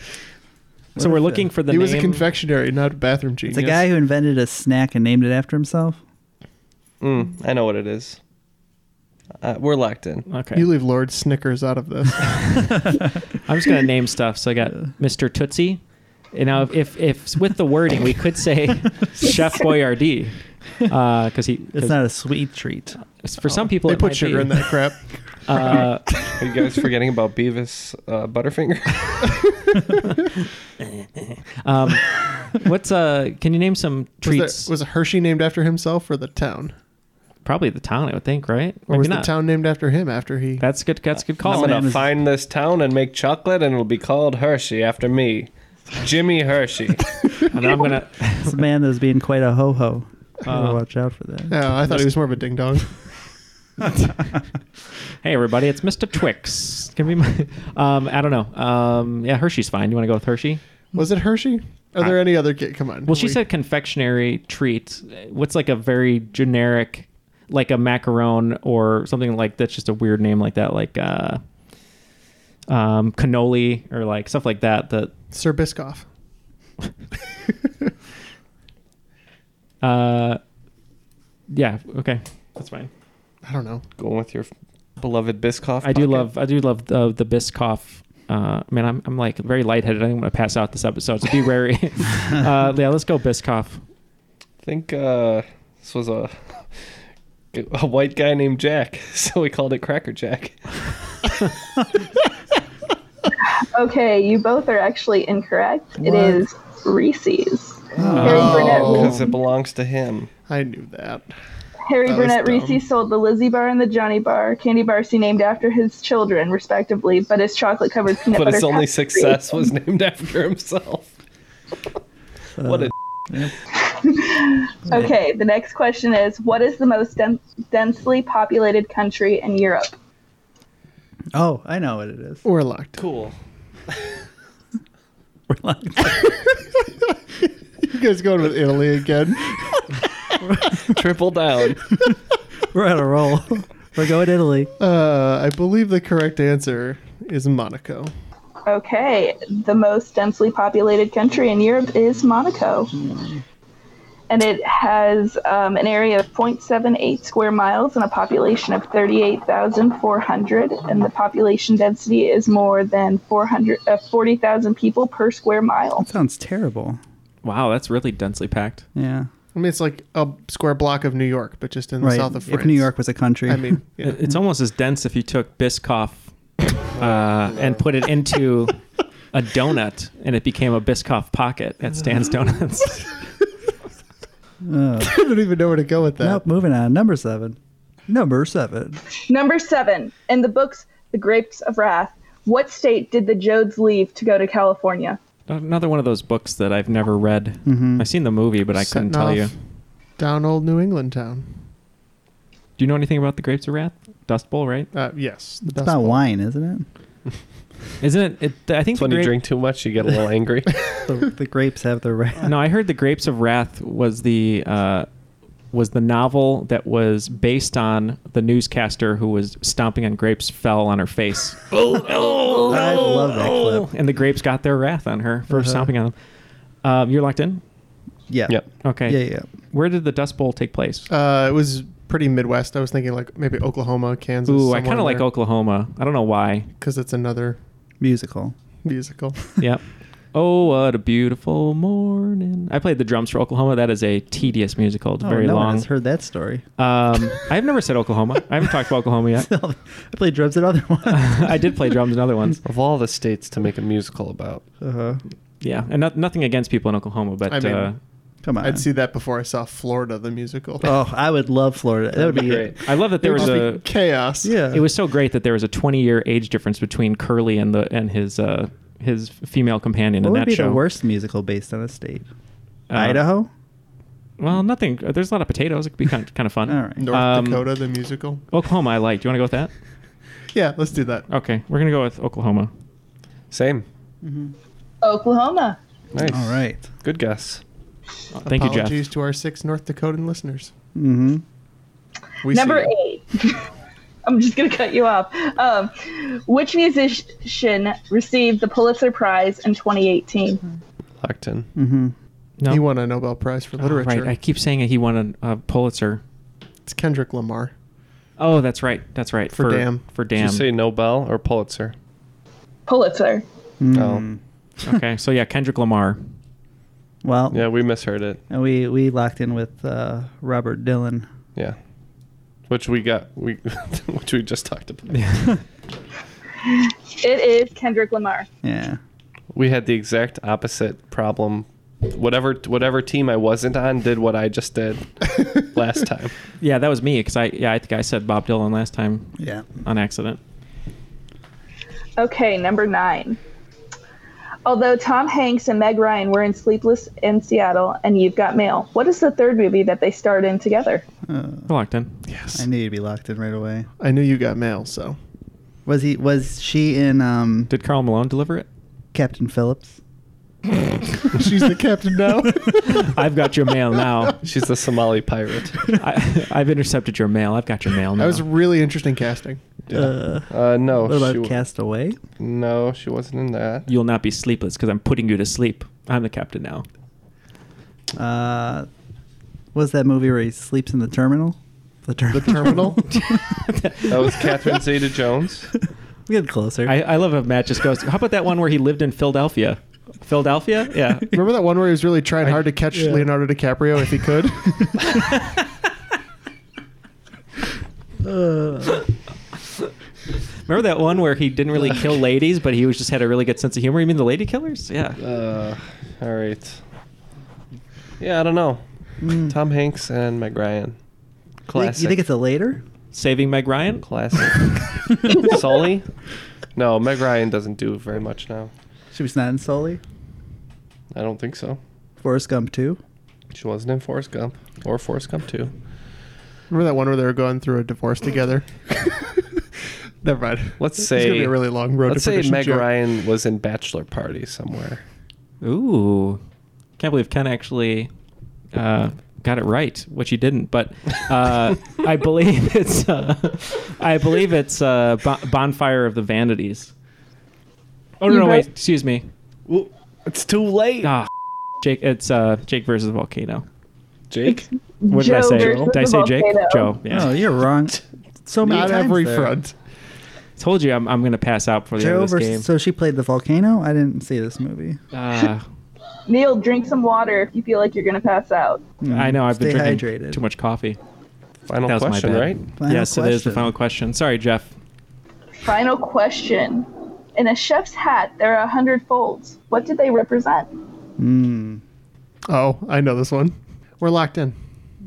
Speaker 2: So we're looking for the
Speaker 3: He was a
Speaker 2: name-
Speaker 3: confectionery, not a bathroom
Speaker 5: It's
Speaker 3: genius.
Speaker 5: a guy who invented a snack and named it after himself.
Speaker 4: Mm, I know what it is. Uh, we're locked in.
Speaker 2: Okay.
Speaker 3: You leave Lord Snickers out of this.
Speaker 2: I'm just gonna name stuff. So I got Mr. Tootsie. And now, if, if if with the wording, we could say Chef Boyardee, because he.
Speaker 5: It's not a sweet treat.
Speaker 2: For some people,
Speaker 3: Oh. They
Speaker 2: it
Speaker 3: put
Speaker 2: might
Speaker 3: sugar
Speaker 2: be.
Speaker 3: in that crap.
Speaker 2: Uh,
Speaker 4: Are you guys forgetting about Beavis uh, Butterfinger?
Speaker 2: um, what's uh? Can you name some
Speaker 3: Was, there-
Speaker 2: treats?
Speaker 3: was Hershey named after himself or the town?
Speaker 2: Probably the town, I would think, right?
Speaker 3: Or
Speaker 2: Maybe
Speaker 3: was
Speaker 2: not.
Speaker 3: the town named after him after he?
Speaker 2: That's good. That's good call.
Speaker 4: I'm gonna find this town and make chocolate, and it'll be called Hershey after me, Jimmy Hershey.
Speaker 2: and I'm gonna.
Speaker 5: This man that's being quite a ho ho.
Speaker 2: Uh,
Speaker 5: watch out for that.
Speaker 3: No, Oh, I thought he was more of a ding dong.
Speaker 2: Hey everybody, it's Mr. Twix. Can be my. Um, I don't know. Um, yeah, Hershey's fine. You want to go with Hershey?
Speaker 3: Was it Hershey? Are there any other? ki- Come on.
Speaker 2: Well, she
Speaker 3: we-
Speaker 2: said confectionery treat. What's like a very generic, like a macaron or something like that's just a weird name like that, like uh, um, cannoli or like stuff like that. That
Speaker 3: Sir Biscoff.
Speaker 2: uh, yeah, okay, that's fine.
Speaker 3: I don't know.
Speaker 4: Going with your beloved Biscoff.
Speaker 2: I do
Speaker 4: pocket?
Speaker 2: love I do love the the Biscoff. Uh, man, I'm I'm like very lightheaded. I think I'm gonna pass out this episode. So be wary. uh, yeah, let's go Biscoff.
Speaker 4: I think uh, this was a a white guy named Jack, so we called it Cracker Jack.
Speaker 6: Okay, you both are actually incorrect. It
Speaker 4: What?
Speaker 6: is Reese's.
Speaker 4: because it belongs to him.
Speaker 3: Oh. I knew that.
Speaker 6: Harry
Speaker 4: That was
Speaker 6: Burnett
Speaker 4: dumb.
Speaker 6: Reese sold the Lizzie bar and the Johnny bar, candy bars he named after his children, respectively, but his chocolate covered peanut
Speaker 4: But
Speaker 6: butter.
Speaker 4: his only
Speaker 6: cups-
Speaker 4: success was named after himself. What a
Speaker 6: Okay, the next question is What is the most den- densely populated country in Europe?
Speaker 5: Oh, I know what it is.
Speaker 3: We're locked.
Speaker 4: Cool.
Speaker 5: We're locked.
Speaker 3: You guys going with Italy again?
Speaker 4: triple down.
Speaker 5: We're on a roll. We're going Italy.
Speaker 3: Uh, I believe the correct answer is Monaco.
Speaker 6: Okay, the most densely populated country in Europe is Monaco. And it has um, an area of 0.78 square miles and a population of 38,400. And the population density is more than 400, uh, 40,000 people per square mile.
Speaker 5: Sounds terrible.
Speaker 2: Wow, that's really densely packed.
Speaker 5: Yeah.
Speaker 3: I mean, it's like a square block of New York, but just in the
Speaker 5: Right.
Speaker 3: south of France.
Speaker 5: If New York was a country.
Speaker 3: I mean, yeah.
Speaker 2: It- It's almost as dense if you took Biscoff uh, and put it into a donut and it became a Biscoff pocket at Stan's Donuts.
Speaker 5: Uh,
Speaker 3: I don't even know where to go with that.
Speaker 5: nope, moving on. Number seven. Number seven.
Speaker 6: Number seven, in the books The Grapes of Wrath, what state did the Jodes leave to go to California?
Speaker 2: Another one of those books that I've never read.
Speaker 3: Mm-hmm.
Speaker 2: I've seen the movie, but I couldn't
Speaker 3: Setting
Speaker 2: tell you.
Speaker 3: off Down old New England town.
Speaker 2: Do you know anything about the Grapes of Wrath? Dust Bowl, right?
Speaker 3: Uh, yes.
Speaker 5: It's about wine, isn't
Speaker 2: it? Isn't it? it I think
Speaker 4: It's when
Speaker 2: the
Speaker 4: you
Speaker 2: grape-
Speaker 4: drink too much, you get a little angry.
Speaker 5: it? the, the grapes have the right.
Speaker 2: No, I heard the Grapes of Wrath was the uh, was the novel that was based on the newscaster who was stomping on grapes fell on her face. oh, oh, I love that clip. And the grapes got their wrath on her for
Speaker 5: Uh-huh.
Speaker 2: stomping on them. Um, you're locked in.
Speaker 5: Yeah.
Speaker 4: Yep.
Speaker 2: Okay.
Speaker 5: Yeah, yeah.
Speaker 2: Where did the Dust Bowl take place?
Speaker 3: Uh, it was pretty Midwest. I was thinking like maybe Oklahoma, Kansas.
Speaker 2: Ooh, I kind of like Oklahoma. I don't know why.
Speaker 3: because it's another
Speaker 5: musical.
Speaker 3: Musical.
Speaker 2: yep. Oh, what a beautiful morning! I played the drums for Oklahoma. That is a tedious musical. It's
Speaker 5: Oh,
Speaker 2: very
Speaker 5: no
Speaker 2: long.
Speaker 5: one has heard that story.
Speaker 2: Um, I've never said Oklahoma. I haven't talked about Oklahoma yet.
Speaker 5: I played drums in other ones.
Speaker 2: I did play drums in other ones.
Speaker 4: Of all the states to make a musical about.
Speaker 5: Uh-huh.
Speaker 2: Yeah, and not, nothing against people in Oklahoma, but
Speaker 3: I mean,
Speaker 2: uh,
Speaker 5: come
Speaker 3: I'd see that before I saw Florida the musical.
Speaker 5: Oh, I would love Florida. That would be great.
Speaker 2: I love that there
Speaker 3: It
Speaker 2: was
Speaker 3: would just
Speaker 2: a
Speaker 3: be chaos.
Speaker 5: Yeah.
Speaker 2: It was so great that there was a 20 year age difference between Curly and the and his uh, his female companion
Speaker 5: What
Speaker 2: in
Speaker 5: would
Speaker 2: that
Speaker 5: be
Speaker 2: show.
Speaker 5: the worst musical based on a state?
Speaker 2: Uh,
Speaker 5: Idaho?
Speaker 2: Well, nothing. Uh, There's a lot of potatoes. It could be kind kind of fun.
Speaker 5: All right.
Speaker 3: North
Speaker 2: Um,
Speaker 3: Dakota the musical.
Speaker 2: Oklahoma, I like. Do you want to go with that?
Speaker 3: Yeah, let's do that.
Speaker 2: Okay, we're gonna go with Oklahoma.
Speaker 4: Same.
Speaker 6: Oklahoma.
Speaker 4: Nice.
Speaker 5: All right.
Speaker 4: Good guess.
Speaker 2: Thank you, Jeff.
Speaker 3: Apologies to our six North Dakotan listeners.
Speaker 5: Mm-hmm.
Speaker 3: We
Speaker 6: Number
Speaker 3: see
Speaker 6: eight. I'm just gonna cut you off. Um, which musician received the Pulitzer Prize in 2018?
Speaker 4: Lockton.
Speaker 5: Mm-hmm.
Speaker 2: No.
Speaker 3: He won a Nobel Prize for
Speaker 2: Oh,
Speaker 3: literature.
Speaker 2: right. I keep saying he won a, a Pulitzer.
Speaker 3: It's Kendrick Lamar.
Speaker 2: Oh, that's right. That's right.
Speaker 3: For Damn.
Speaker 2: For
Speaker 4: Did you
Speaker 2: damn.
Speaker 4: say Nobel or Pulitzer?
Speaker 6: Pulitzer.
Speaker 4: Oh.
Speaker 2: okay. So yeah, Kendrick Lamar.
Speaker 5: Well,
Speaker 4: Yeah, we misheard it.
Speaker 5: and we, we locked in with uh, Robert Dylan.
Speaker 4: Yeah. Which we got we which we just talked about.
Speaker 6: It is Kendrick Lamar.
Speaker 5: Yeah.
Speaker 4: We had the exact opposite problem. Whatever whatever team I wasn't on did what I just did last time.
Speaker 2: Yeah, that was me because I yeah I think I said Bob Dylan last time.
Speaker 5: Yeah.
Speaker 2: On accident.
Speaker 6: Okay, number nine. Although Tom Hanks and Meg Ryan were in Sleepless in Seattle and You've Got Mail, what is the third movie that they starred in together?
Speaker 5: Uh,
Speaker 2: We're locked in.
Speaker 5: I knew you'd be locked in right away.
Speaker 3: I knew you got mail, so
Speaker 5: Was he? Was she in um,
Speaker 2: Did Carl Malone deliver it?
Speaker 5: Captain Phillips?
Speaker 3: she's the captain now.
Speaker 2: I've got your mail now.
Speaker 4: She's the Somali pirate.
Speaker 2: I, I've intercepted your mail. I've got your mail now.
Speaker 3: That was really interesting casting.
Speaker 5: Uh,
Speaker 4: Uh, no,
Speaker 5: what about
Speaker 4: she wa-
Speaker 5: Castaway?
Speaker 4: no, she wasn't in that.
Speaker 2: You'll not be sleepless because I'm putting you to sleep. I'm the captain now.
Speaker 5: Uh, was that movie where he sleeps in the terminal? The terminal.
Speaker 3: The terminal.
Speaker 2: Oh,
Speaker 4: That was Catherine Zeta Jones.
Speaker 5: we get closer.
Speaker 2: I, I love how Matt just goes. How about that one where he lived in Philadelphia? Philadelphia? Yeah.
Speaker 3: Remember that one where he was really trying hard to catch Leonardo DiCaprio if he could?
Speaker 5: Uh.
Speaker 2: Remember that one where he didn't really kill ladies, but he was just had a really good sense of humor. You mean the Lady Killers? Yeah.
Speaker 4: Uh, all right. Yeah, I don't know. Tom Hanks and Meg Ryan.
Speaker 5: Hmm. You
Speaker 4: Classic.
Speaker 5: think- you think it's a later?
Speaker 2: Saving Meg Ryan.
Speaker 4: classic? Sully? No, Meg Ryan doesn't do very much now.
Speaker 5: She was not in Sully.
Speaker 4: I don't think so.
Speaker 5: Forrest Gump too.
Speaker 4: She wasn't in Forrest Gump or Forrest Gump 2.
Speaker 3: Remember that one where they were going through a divorce together? Never mind.
Speaker 4: Let's
Speaker 3: it's
Speaker 4: say
Speaker 3: gonna be a really long road.
Speaker 4: Let's
Speaker 3: to
Speaker 4: say
Speaker 3: perdition
Speaker 4: Meg
Speaker 3: joke.
Speaker 4: Ryan was in Bachelor Party somewhere.
Speaker 2: Ooh, can't believe Ken actually uh, got it right, which he didn't. But uh, I believe it's uh, I believe it's uh, bon- Bonfire of the Vanities. Oh no,
Speaker 6: You
Speaker 2: no, wait,
Speaker 6: guys-
Speaker 2: excuse me.
Speaker 4: It's too late.
Speaker 2: Ah, Jake, it's uh, Jake versus the volcano.
Speaker 4: Jake,
Speaker 2: What did I
Speaker 6: Joe
Speaker 2: say?
Speaker 6: versus
Speaker 2: Did I
Speaker 6: the
Speaker 2: say Jake?
Speaker 6: volcano.
Speaker 2: Joe. Yeah.
Speaker 5: Oh, you're wrong. So many
Speaker 3: Not
Speaker 5: times
Speaker 3: every
Speaker 5: there.
Speaker 3: front.
Speaker 2: Told you I'm, I'm gonna pass out for the end of
Speaker 5: Joe
Speaker 2: this
Speaker 5: versus.
Speaker 2: game.
Speaker 5: So she played the volcano. I didn't see this movie.
Speaker 2: Uh,
Speaker 6: Neil, drink some water if you feel like you're going to pass out.
Speaker 2: I know I've been
Speaker 5: Mm-hmm. Stay
Speaker 2: drinking
Speaker 5: hydrated.
Speaker 2: too much coffee.
Speaker 4: Final
Speaker 2: That was my
Speaker 4: question,
Speaker 2: bad.
Speaker 4: right?
Speaker 5: Final
Speaker 2: yes, it is the
Speaker 5: question.
Speaker 2: final question. Sorry, Jeff.
Speaker 6: Final question. In a chef's hat, there are a hundred folds. What do they represent?
Speaker 5: Mm,
Speaker 3: Oh, I know this one. We're locked in.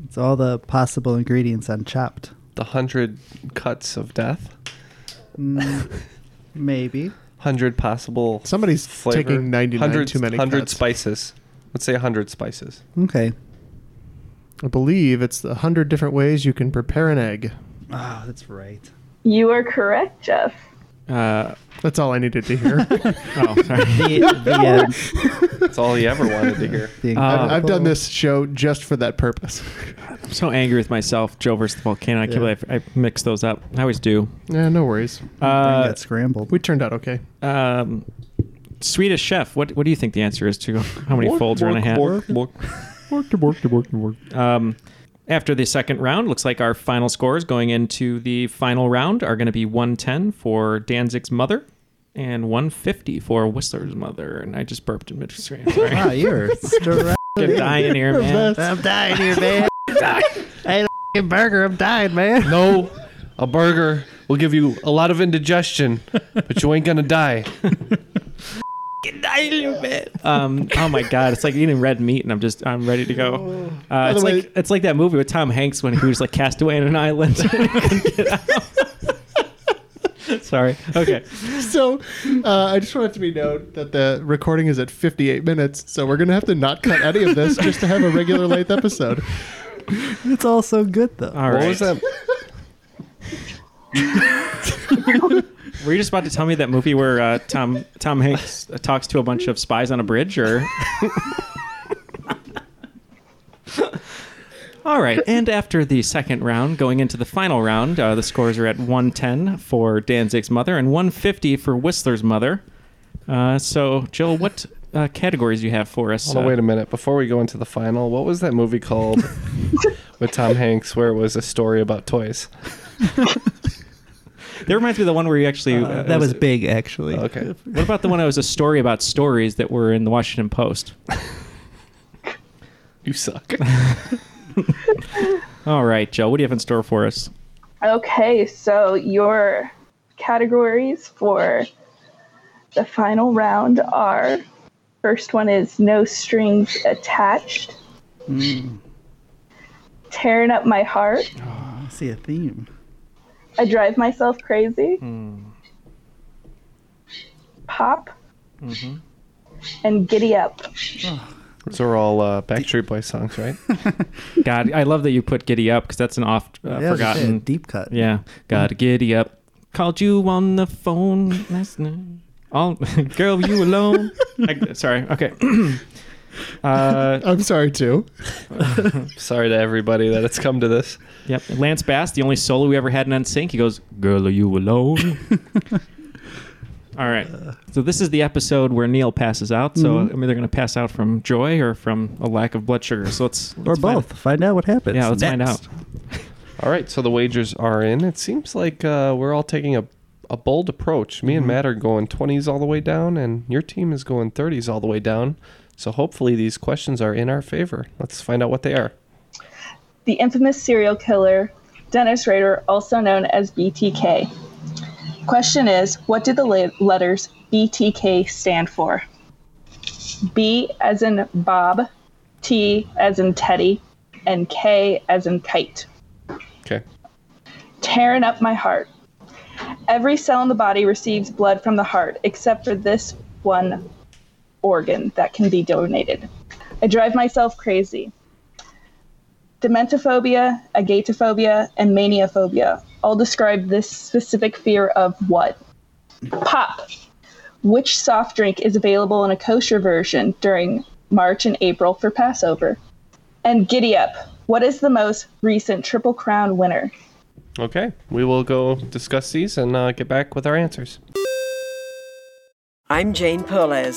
Speaker 5: it's all the possible ingredients on Chopped.
Speaker 4: The hundred cuts of death,
Speaker 5: Mm, Maybe.
Speaker 4: hundred possible
Speaker 3: Somebody's
Speaker 4: flavor.
Speaker 3: taking 99
Speaker 4: hundred,
Speaker 3: too many
Speaker 4: hundred
Speaker 3: cuts.
Speaker 4: spices. Let's say hundred spices.
Speaker 5: Okay.
Speaker 3: I believe it's the hundred different ways you can prepare an egg.
Speaker 5: Ah, that's right.
Speaker 6: You are correct, Jeff.
Speaker 3: Uh, that's all I needed to hear. oh, sorry.
Speaker 4: That's all he ever wanted to hear.
Speaker 2: Uh,
Speaker 3: I've, I've done this show just for that purpose.
Speaker 2: I'm so angry with myself. Joe versus the volcano. I can't
Speaker 3: Yeah.
Speaker 2: believe I, I mixed those up. I always do.
Speaker 3: Yeah, no worries.
Speaker 2: Uh,
Speaker 5: got scrambled.
Speaker 3: We turned out okay.
Speaker 2: Um, Swedish chef. What what do you think the answer is to how many
Speaker 3: Work,
Speaker 2: folds are in a
Speaker 3: work,
Speaker 2: hat?
Speaker 3: work,
Speaker 2: Um, after the second round, looks like our final scores going into the final round are going to be 110 for Danzig's mother and 150 for Whistler's mother. And I just burped in midstream. Sorry.
Speaker 4: Ah,
Speaker 5: Wow, Ah, you're directly-
Speaker 2: You're dying here, man.
Speaker 5: I'm dying here, man.
Speaker 4: Hey, a burger, I'm dying, man. No, a burger will give you a lot of indigestion, but you ain't gonna die.
Speaker 2: um, oh my god, it's like eating red meat, and I'm just I'm ready to go. Uh,
Speaker 4: Oh. the
Speaker 2: it's
Speaker 4: way-
Speaker 2: like it's like that movie with Tom Hanks when he was like cast away on an island. and couldn't get out. Sorry. Okay.
Speaker 3: So, uh, I just wanted to be note that the recording is at 58 minutes, so we're gonna have to not cut any of this just to have a regular length episode.
Speaker 5: It's all so good though.
Speaker 2: All right. Were you just about to tell me that movie where uh, Tom Tom Hanks uh, talks to a bunch of spies on a bridge, or? All right, and after the second round, going into the final round, uh, the scores are at 110 for Danzig's mother and 150 for Whistler's mother. Uh, so, Jill, what uh, categories do you have for us?
Speaker 4: Hold on,
Speaker 2: Uh,
Speaker 4: wait a minute. Before we go into the final, what was that movie called with Tom Hanks where it was a story about toys?
Speaker 2: That reminds me of the one where you actually. uh,
Speaker 5: that was big, actually.
Speaker 4: Okay.
Speaker 2: What about the one that was a story about stories that were in the Washington Post?
Speaker 4: you suck.
Speaker 2: All right, Joe, what do you have in store for us?
Speaker 6: Okay, so your categories for the final round are first one is no strings attached,
Speaker 5: Mm,
Speaker 6: tearing up my heart,
Speaker 5: I see a theme.
Speaker 6: I drive myself crazy, pop,
Speaker 4: Mm-hmm.
Speaker 6: and giddy up.
Speaker 4: Those are all uh, Backstreet Boy songs, right?
Speaker 2: God, I love that you put Giddy Up because that's an oft uh,
Speaker 4: was a
Speaker 2: forgotten
Speaker 4: good deep cut.
Speaker 2: Yeah, God, Giddy Up. Called you on the phone last night. All girl, you alone. I, sorry. Okay. uh,
Speaker 3: I'm sorry too.
Speaker 4: sorry to everybody that it's come to this.
Speaker 2: Yep. Lance Bass, the only solo we ever had in NSYNC, he goes, "Girl, are you alone?" All right. So this is the episode where Neil passes out. So
Speaker 5: Mhm.
Speaker 2: I'm either going to pass out from joy or from a lack of blood sugar. So let's,
Speaker 5: Or
Speaker 2: let's find-
Speaker 5: both. Find out what happens.
Speaker 2: Yeah, let's find out.
Speaker 5: next.
Speaker 4: All right, so the wagers are in. It seems like uh, we're all taking a, a bold approach.
Speaker 2: Mm-hmm.
Speaker 4: Me and Matt are going 20s all the way down, and your team is going 30s all the way down. So hopefully these questions are in our favor. Let's find out what they are.
Speaker 6: the infamous serial killer, Dennis Rader, also known as BTK. Question is What do the la- letters BTK stand for? B as in Bob, T as in Teddy, and K as in kite.
Speaker 4: Okay.
Speaker 6: Tearing up my heart. Every cell in the body receives blood from the heart, except for this one organ that can be donated. I drive myself crazy dementophobia, agatophobia, and maniophobia all describe this specific fear of what? Pop. Which soft drink is available in a kosher version during March and April for Passover? And giddy up. What is the most recent Triple Crown winner?
Speaker 4: Okay, we will go discuss these and uh, get back with our answers.
Speaker 9: I'm Jane Perlez,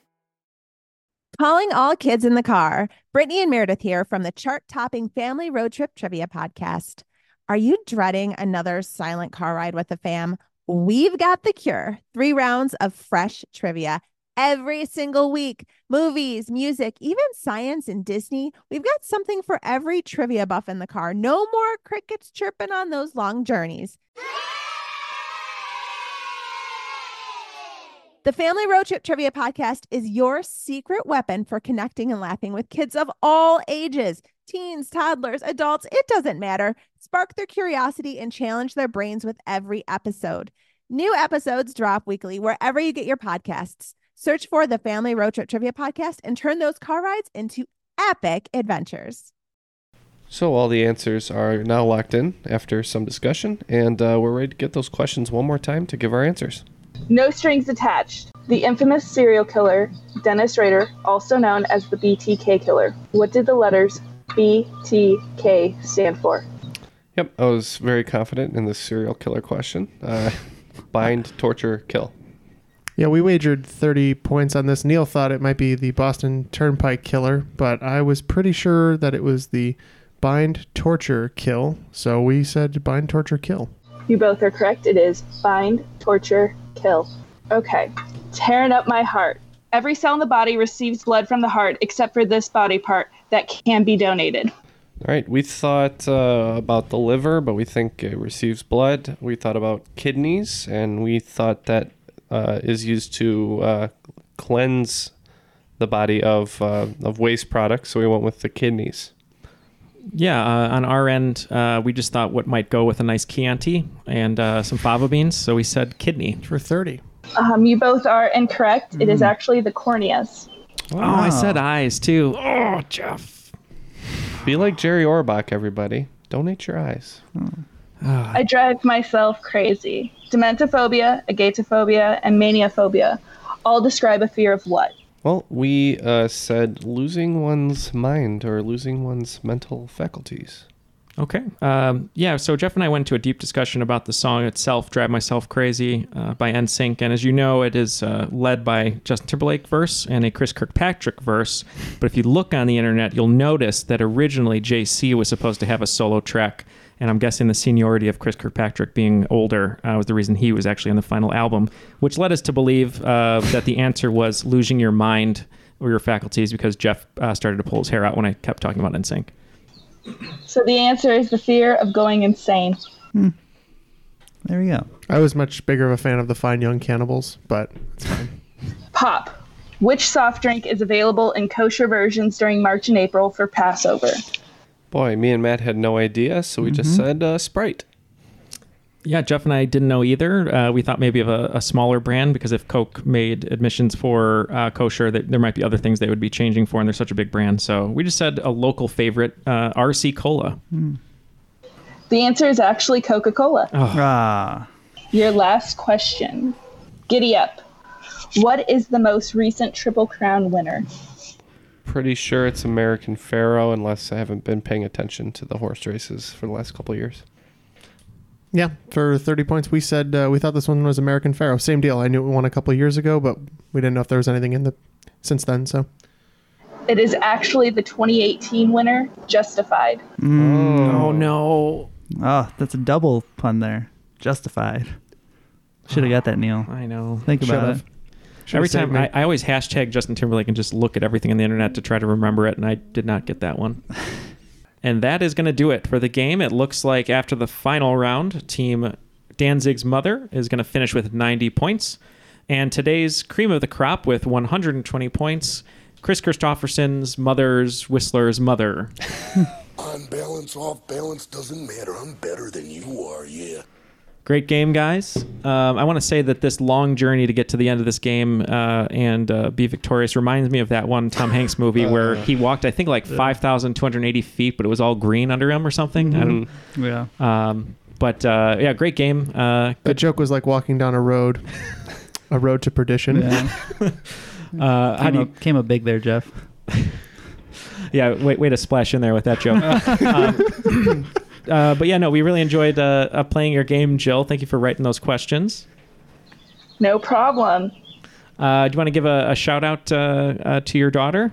Speaker 10: Calling all kids in the car. Brittany and Meredith here from the chart topping Family Road Trip Trivia Podcast. Are you dreading another silent car ride with the fam? We've got the cure. Three rounds of fresh trivia every single week movies, music, even science and Disney. We've got something for every trivia buff in the car. No more crickets chirping on those long journeys. The Family Road Trip Trivia Podcast is your secret weapon for connecting and laughing with kids of all ages teens, toddlers, adults, it doesn't matter. Spark their curiosity and challenge their brains with every episode. New episodes drop weekly wherever you get your podcasts. Search for the Family Road Trip Trivia Podcast and turn those car rides into epic adventures.
Speaker 4: So all the answers are now locked in after some discussion, and uh, we're ready to get those questions one more time to give our answers.
Speaker 6: No strings attached. The infamous serial killer, Dennis Rader, also known as the BTK killer. What did the letters BTK stand for?
Speaker 4: Yep, I was very confident in the serial killer question. Uh, bind, torture, kill.
Speaker 3: Yeah, we wagered 30 points on this. Neil thought it might be the Boston Turnpike Killer, but I was pretty sure that it was the Bind Torture Kill. So we said Bind Torture Kill.
Speaker 6: You both are correct. It is bind, torture, kill. Okay. Tearing up my heart. Every cell in the body receives blood from the heart except for this body part that can be donated.
Speaker 4: All right, we thought uh, about the liver, but we think it receives blood. We thought about kidneys, and we thought that uh, is used to uh, cleanse the body of uh, of waste products. So we went with the kidneys.
Speaker 2: Yeah, uh, on our end, uh, we just thought what might go with a nice Chianti and uh, some fava beans, so we said kidney
Speaker 3: for thirty.
Speaker 6: Um, you both are incorrect. It is actually the corneas.
Speaker 2: Oh, I said eyes too. Oh, Jeff.
Speaker 4: Be like Jerry Orbach, everybody. Donate your eyes.
Speaker 2: Hmm.
Speaker 6: I drive myself crazy. Dementophobia, agatophobia, and maniaphobia all describe a fear of what?
Speaker 4: Well, we uh, said losing one's mind or losing one's mental faculties.
Speaker 2: Okay. Um, yeah, so Jeff and I went into a deep discussion about the song itself, Drive Myself Crazy uh, by NSYNC. And as you know, it is uh, led by Justin Timberlake verse and a Chris Kirkpatrick verse. But if you look on the internet, you'll notice that originally JC was supposed to have a solo track. And I'm guessing the seniority of Chris Kirkpatrick being older uh, was the reason he was actually on the final album, which led us to believe uh, that the answer was losing your mind or your faculties because Jeff uh, started to pull his hair out when I kept talking about NSYNC.
Speaker 6: So the answer is the fear of going insane.
Speaker 5: There we go.
Speaker 3: I was much bigger of a fan of the Fine Young Cannibals, but
Speaker 6: Pop. Which soft drink is available in kosher versions during March and April for Passover?
Speaker 4: Boy, me and Matt had no idea, so we
Speaker 3: Mm-hmm.
Speaker 4: just said uh, Sprite.
Speaker 2: Yeah, Jeff and I didn't know either. Uh, we thought maybe of a, a smaller brand because if Coke made admissions for uh, kosher, that there might be other things they would be changing for, and they're such a big brand. So we just said a local favorite, uh, RC Cola.
Speaker 6: The answer is actually Coca Cola.
Speaker 5: Ah.
Speaker 6: Your last question. Giddy up. What is the most recent Triple Crown winner?
Speaker 4: Pretty sure it's American Pharaoh, unless I haven't been paying attention to the horse races for the last couple of years.
Speaker 3: yeah, for 30 points, we said uh, we thought this one was American Pharaoh. Same deal. I knew it won a couple of years ago, but we didn't know if there was anything in the since then. So
Speaker 6: It is actually the 2018 winner, Justified.
Speaker 2: Oh no.
Speaker 5: Oh, Mm. that's a double pun there. Justified. Should have got that, Neil.
Speaker 2: I know.
Speaker 5: Think about
Speaker 2: Should've.
Speaker 5: it.
Speaker 2: Every time I, I always hashtag Justin Timberlake and just look at everything on the internet to try to remember it, and I did not get that one. and that is going to do it for the game. It looks like after the final round, Team Danzig's Mother is going to finish with 90 points. And today's cream of the crop with 120 points, Chris Christopherson's Mother's Whistler's Mother.
Speaker 1: On balance, off balance, doesn't matter. I'm better than you are, yeah.
Speaker 2: Great game, guys. Um, I want to say that this long journey to get to the end of this game uh, and uh, be victorious reminds me of that one Tom Hanks movie where he walked, I think, like 5,280 feet, but it was all green under him or something. I don't,
Speaker 5: Yeah.
Speaker 2: um, but uh, yeah, great game. Uh,
Speaker 3: that joke was like walking down a road, a road to perdition.
Speaker 5: Yeah.
Speaker 2: uh, how
Speaker 5: came,
Speaker 2: do
Speaker 5: up, came up big there, Jeff.
Speaker 2: yeah, way, way to splash in there with that joke. Um, uh, but yeah, no, we really enjoyed uh, uh, playing your game, Jill. Thank you for writing those questions.
Speaker 6: No problem.
Speaker 2: Uh, do you want to give a, a shout out uh, uh, to your daughter?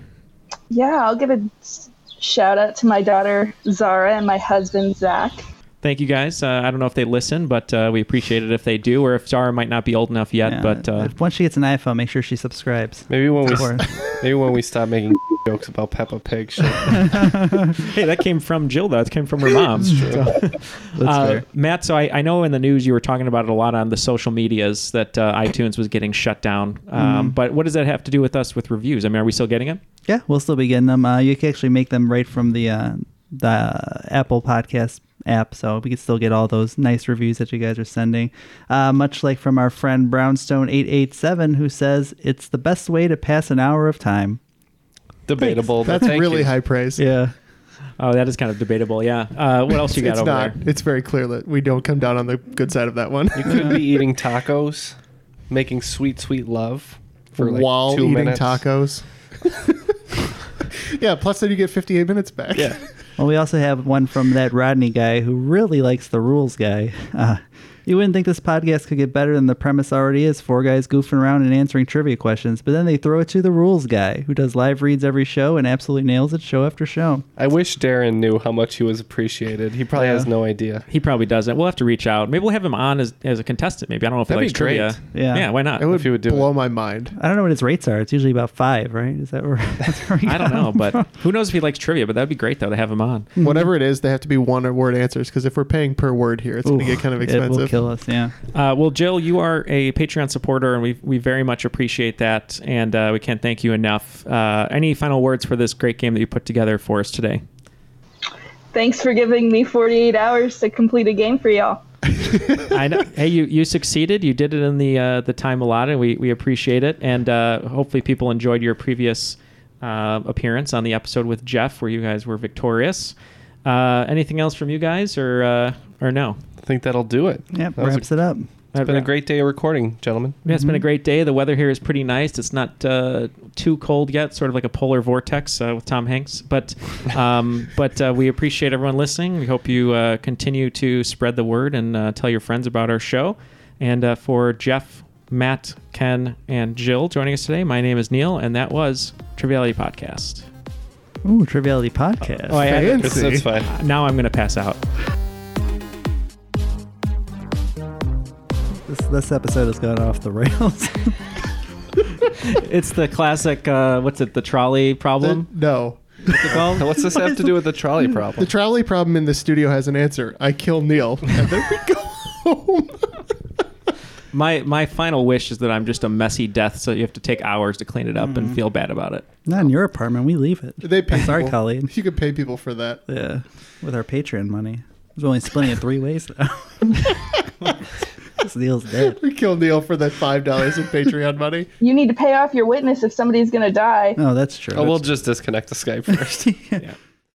Speaker 6: Yeah, I'll give a s- shout out to my daughter Zara and my husband Zach.
Speaker 2: Thank you guys. Uh, I don't know if they listen, but uh, we appreciate it if they do, or if Zara might not be old enough yet. but uh,
Speaker 5: Once she gets an iPhone, make sure she subscribes.
Speaker 4: Maybe when we
Speaker 5: Or-
Speaker 4: maybe when we stop making jokes about Peppa Pig. She'll
Speaker 2: hey, that came from Jill. Though. That came from her mom.
Speaker 4: That's true.
Speaker 2: Uh,
Speaker 4: fair.
Speaker 2: Matt, so I, I know in the news you were talking about it a lot on the social medias that uh, iTunes was getting shut down. Um,
Speaker 4: Mm-hmm.
Speaker 5: Mhm.
Speaker 2: But what does that have to do with us with reviews? I mean, are we still getting them?
Speaker 5: Yeah, we'll still be getting them. Uh, you can actually make them right from the uh, the Apple Podcast app, so we can still get all those nice reviews that you guys are sending. Uh, much like from our friend Brownstone eight eight seven, who says it's the best way to pass an hour of time.
Speaker 4: Debatable.
Speaker 5: That's really high
Speaker 3: praise.
Speaker 5: Yeah.
Speaker 2: Oh, that is kind of debatable. Yeah. Uh, what else you got
Speaker 3: it's
Speaker 2: over
Speaker 3: not, It's very clear that we don't come down on the good side of that one.
Speaker 4: You could be eating tacos, making sweet, sweet love for like
Speaker 3: while
Speaker 4: two
Speaker 3: eating
Speaker 4: minutes.
Speaker 3: tacos. yeah, plus then you get 58 minutes back.
Speaker 4: Yeah.
Speaker 5: Well, we also have one from that Rodney guy who really likes the rules guy. Uh, you wouldn't think this podcast could get better than the premise already is four guys goofing around and answering trivia questions, but then they throw it to the rules guy who does live reads every show and absolutely nails it show after show.
Speaker 4: I wish Darren knew how much he was appreciated. He probably has no idea.
Speaker 2: He probably doesn't. We'll have to reach out. Maybe we'll have him on as, as a contestant. Maybe I don't know if
Speaker 4: That'd
Speaker 2: he
Speaker 4: be
Speaker 2: likes trivia.
Speaker 4: great.
Speaker 5: Yeah.
Speaker 2: Yeah. Why not?
Speaker 5: It would
Speaker 2: if you would do
Speaker 3: blow my mind.
Speaker 5: I don't know what his rates are. It's usually about five, right? Is that where? That's where we
Speaker 2: I
Speaker 5: got
Speaker 2: don't know,
Speaker 5: them
Speaker 2: but
Speaker 5: from.
Speaker 2: who knows if he likes trivia? But that'd be great though to have him on.
Speaker 3: Whatever it is, they have to be one word answers because if we're paying per word here, it's going to get kind of expensive.
Speaker 5: Yeah.
Speaker 2: Uh, well, Jill, you are a Patreon supporter, and we we very much appreciate that, and uh, we can't thank you enough. Uh, any final words for this great game that you put together for us today?
Speaker 6: Thanks for giving me 48 hours to complete a game for y'all.
Speaker 2: I know. Hey, you you succeeded. You did it in the uh, the time allotted. We we appreciate it, and uh, hopefully people enjoyed your previous uh, appearance on the episode with Jeff, where you guys were victorious. Uh, anything else from you guys, or uh, or no?
Speaker 4: I think that'll do it.
Speaker 5: Yep,
Speaker 4: That was
Speaker 5: wraps it up.
Speaker 4: It's been a great day of recording, gentlemen.
Speaker 2: Yeah, it's been a great day. The weather here is pretty nice. It's not uh, too cold yet, sort of like a polar vortex uh, with Tom Hanks. But um, but uh, we appreciate everyone listening. We hope you uh, continue to spread the word and uh, tell your friends about our show. And uh, for Jeff, Matt, Ken, and Jill joining us today, my name is Neil, and that was Triviality Podcast.
Speaker 5: Ooh, Triviality Podcast.
Speaker 2: Oh, had- Now I'm going to pass out.
Speaker 5: This, this episode has gone off the rails.
Speaker 2: it's the classic. Uh, what's it? The trolley problem.
Speaker 3: no. Hmm.
Speaker 2: What's it called?
Speaker 4: What's this have to do with the trolley problem?
Speaker 3: The trolley problem in the studio has an answer. I kill Neil. And there we go.
Speaker 2: My my final wish is that I'm just a messy death, so you have to take hours to clean it up and
Speaker 5: Mhm.
Speaker 2: feel bad about it.
Speaker 5: Not in your apartment. We leave it.
Speaker 3: They pay
Speaker 5: Sorry,
Speaker 3: people.
Speaker 5: Colleen.
Speaker 3: You could pay people for that.
Speaker 5: Yeah, with our Patreon money. There's only splitting it three ways now. this deal's dead.
Speaker 3: We kill Neil for that $5 in Patreon money.
Speaker 6: You need to pay off your witness if somebody's going to die.
Speaker 5: No, that's true.
Speaker 4: Oh, we'll just disconnect the Skype first.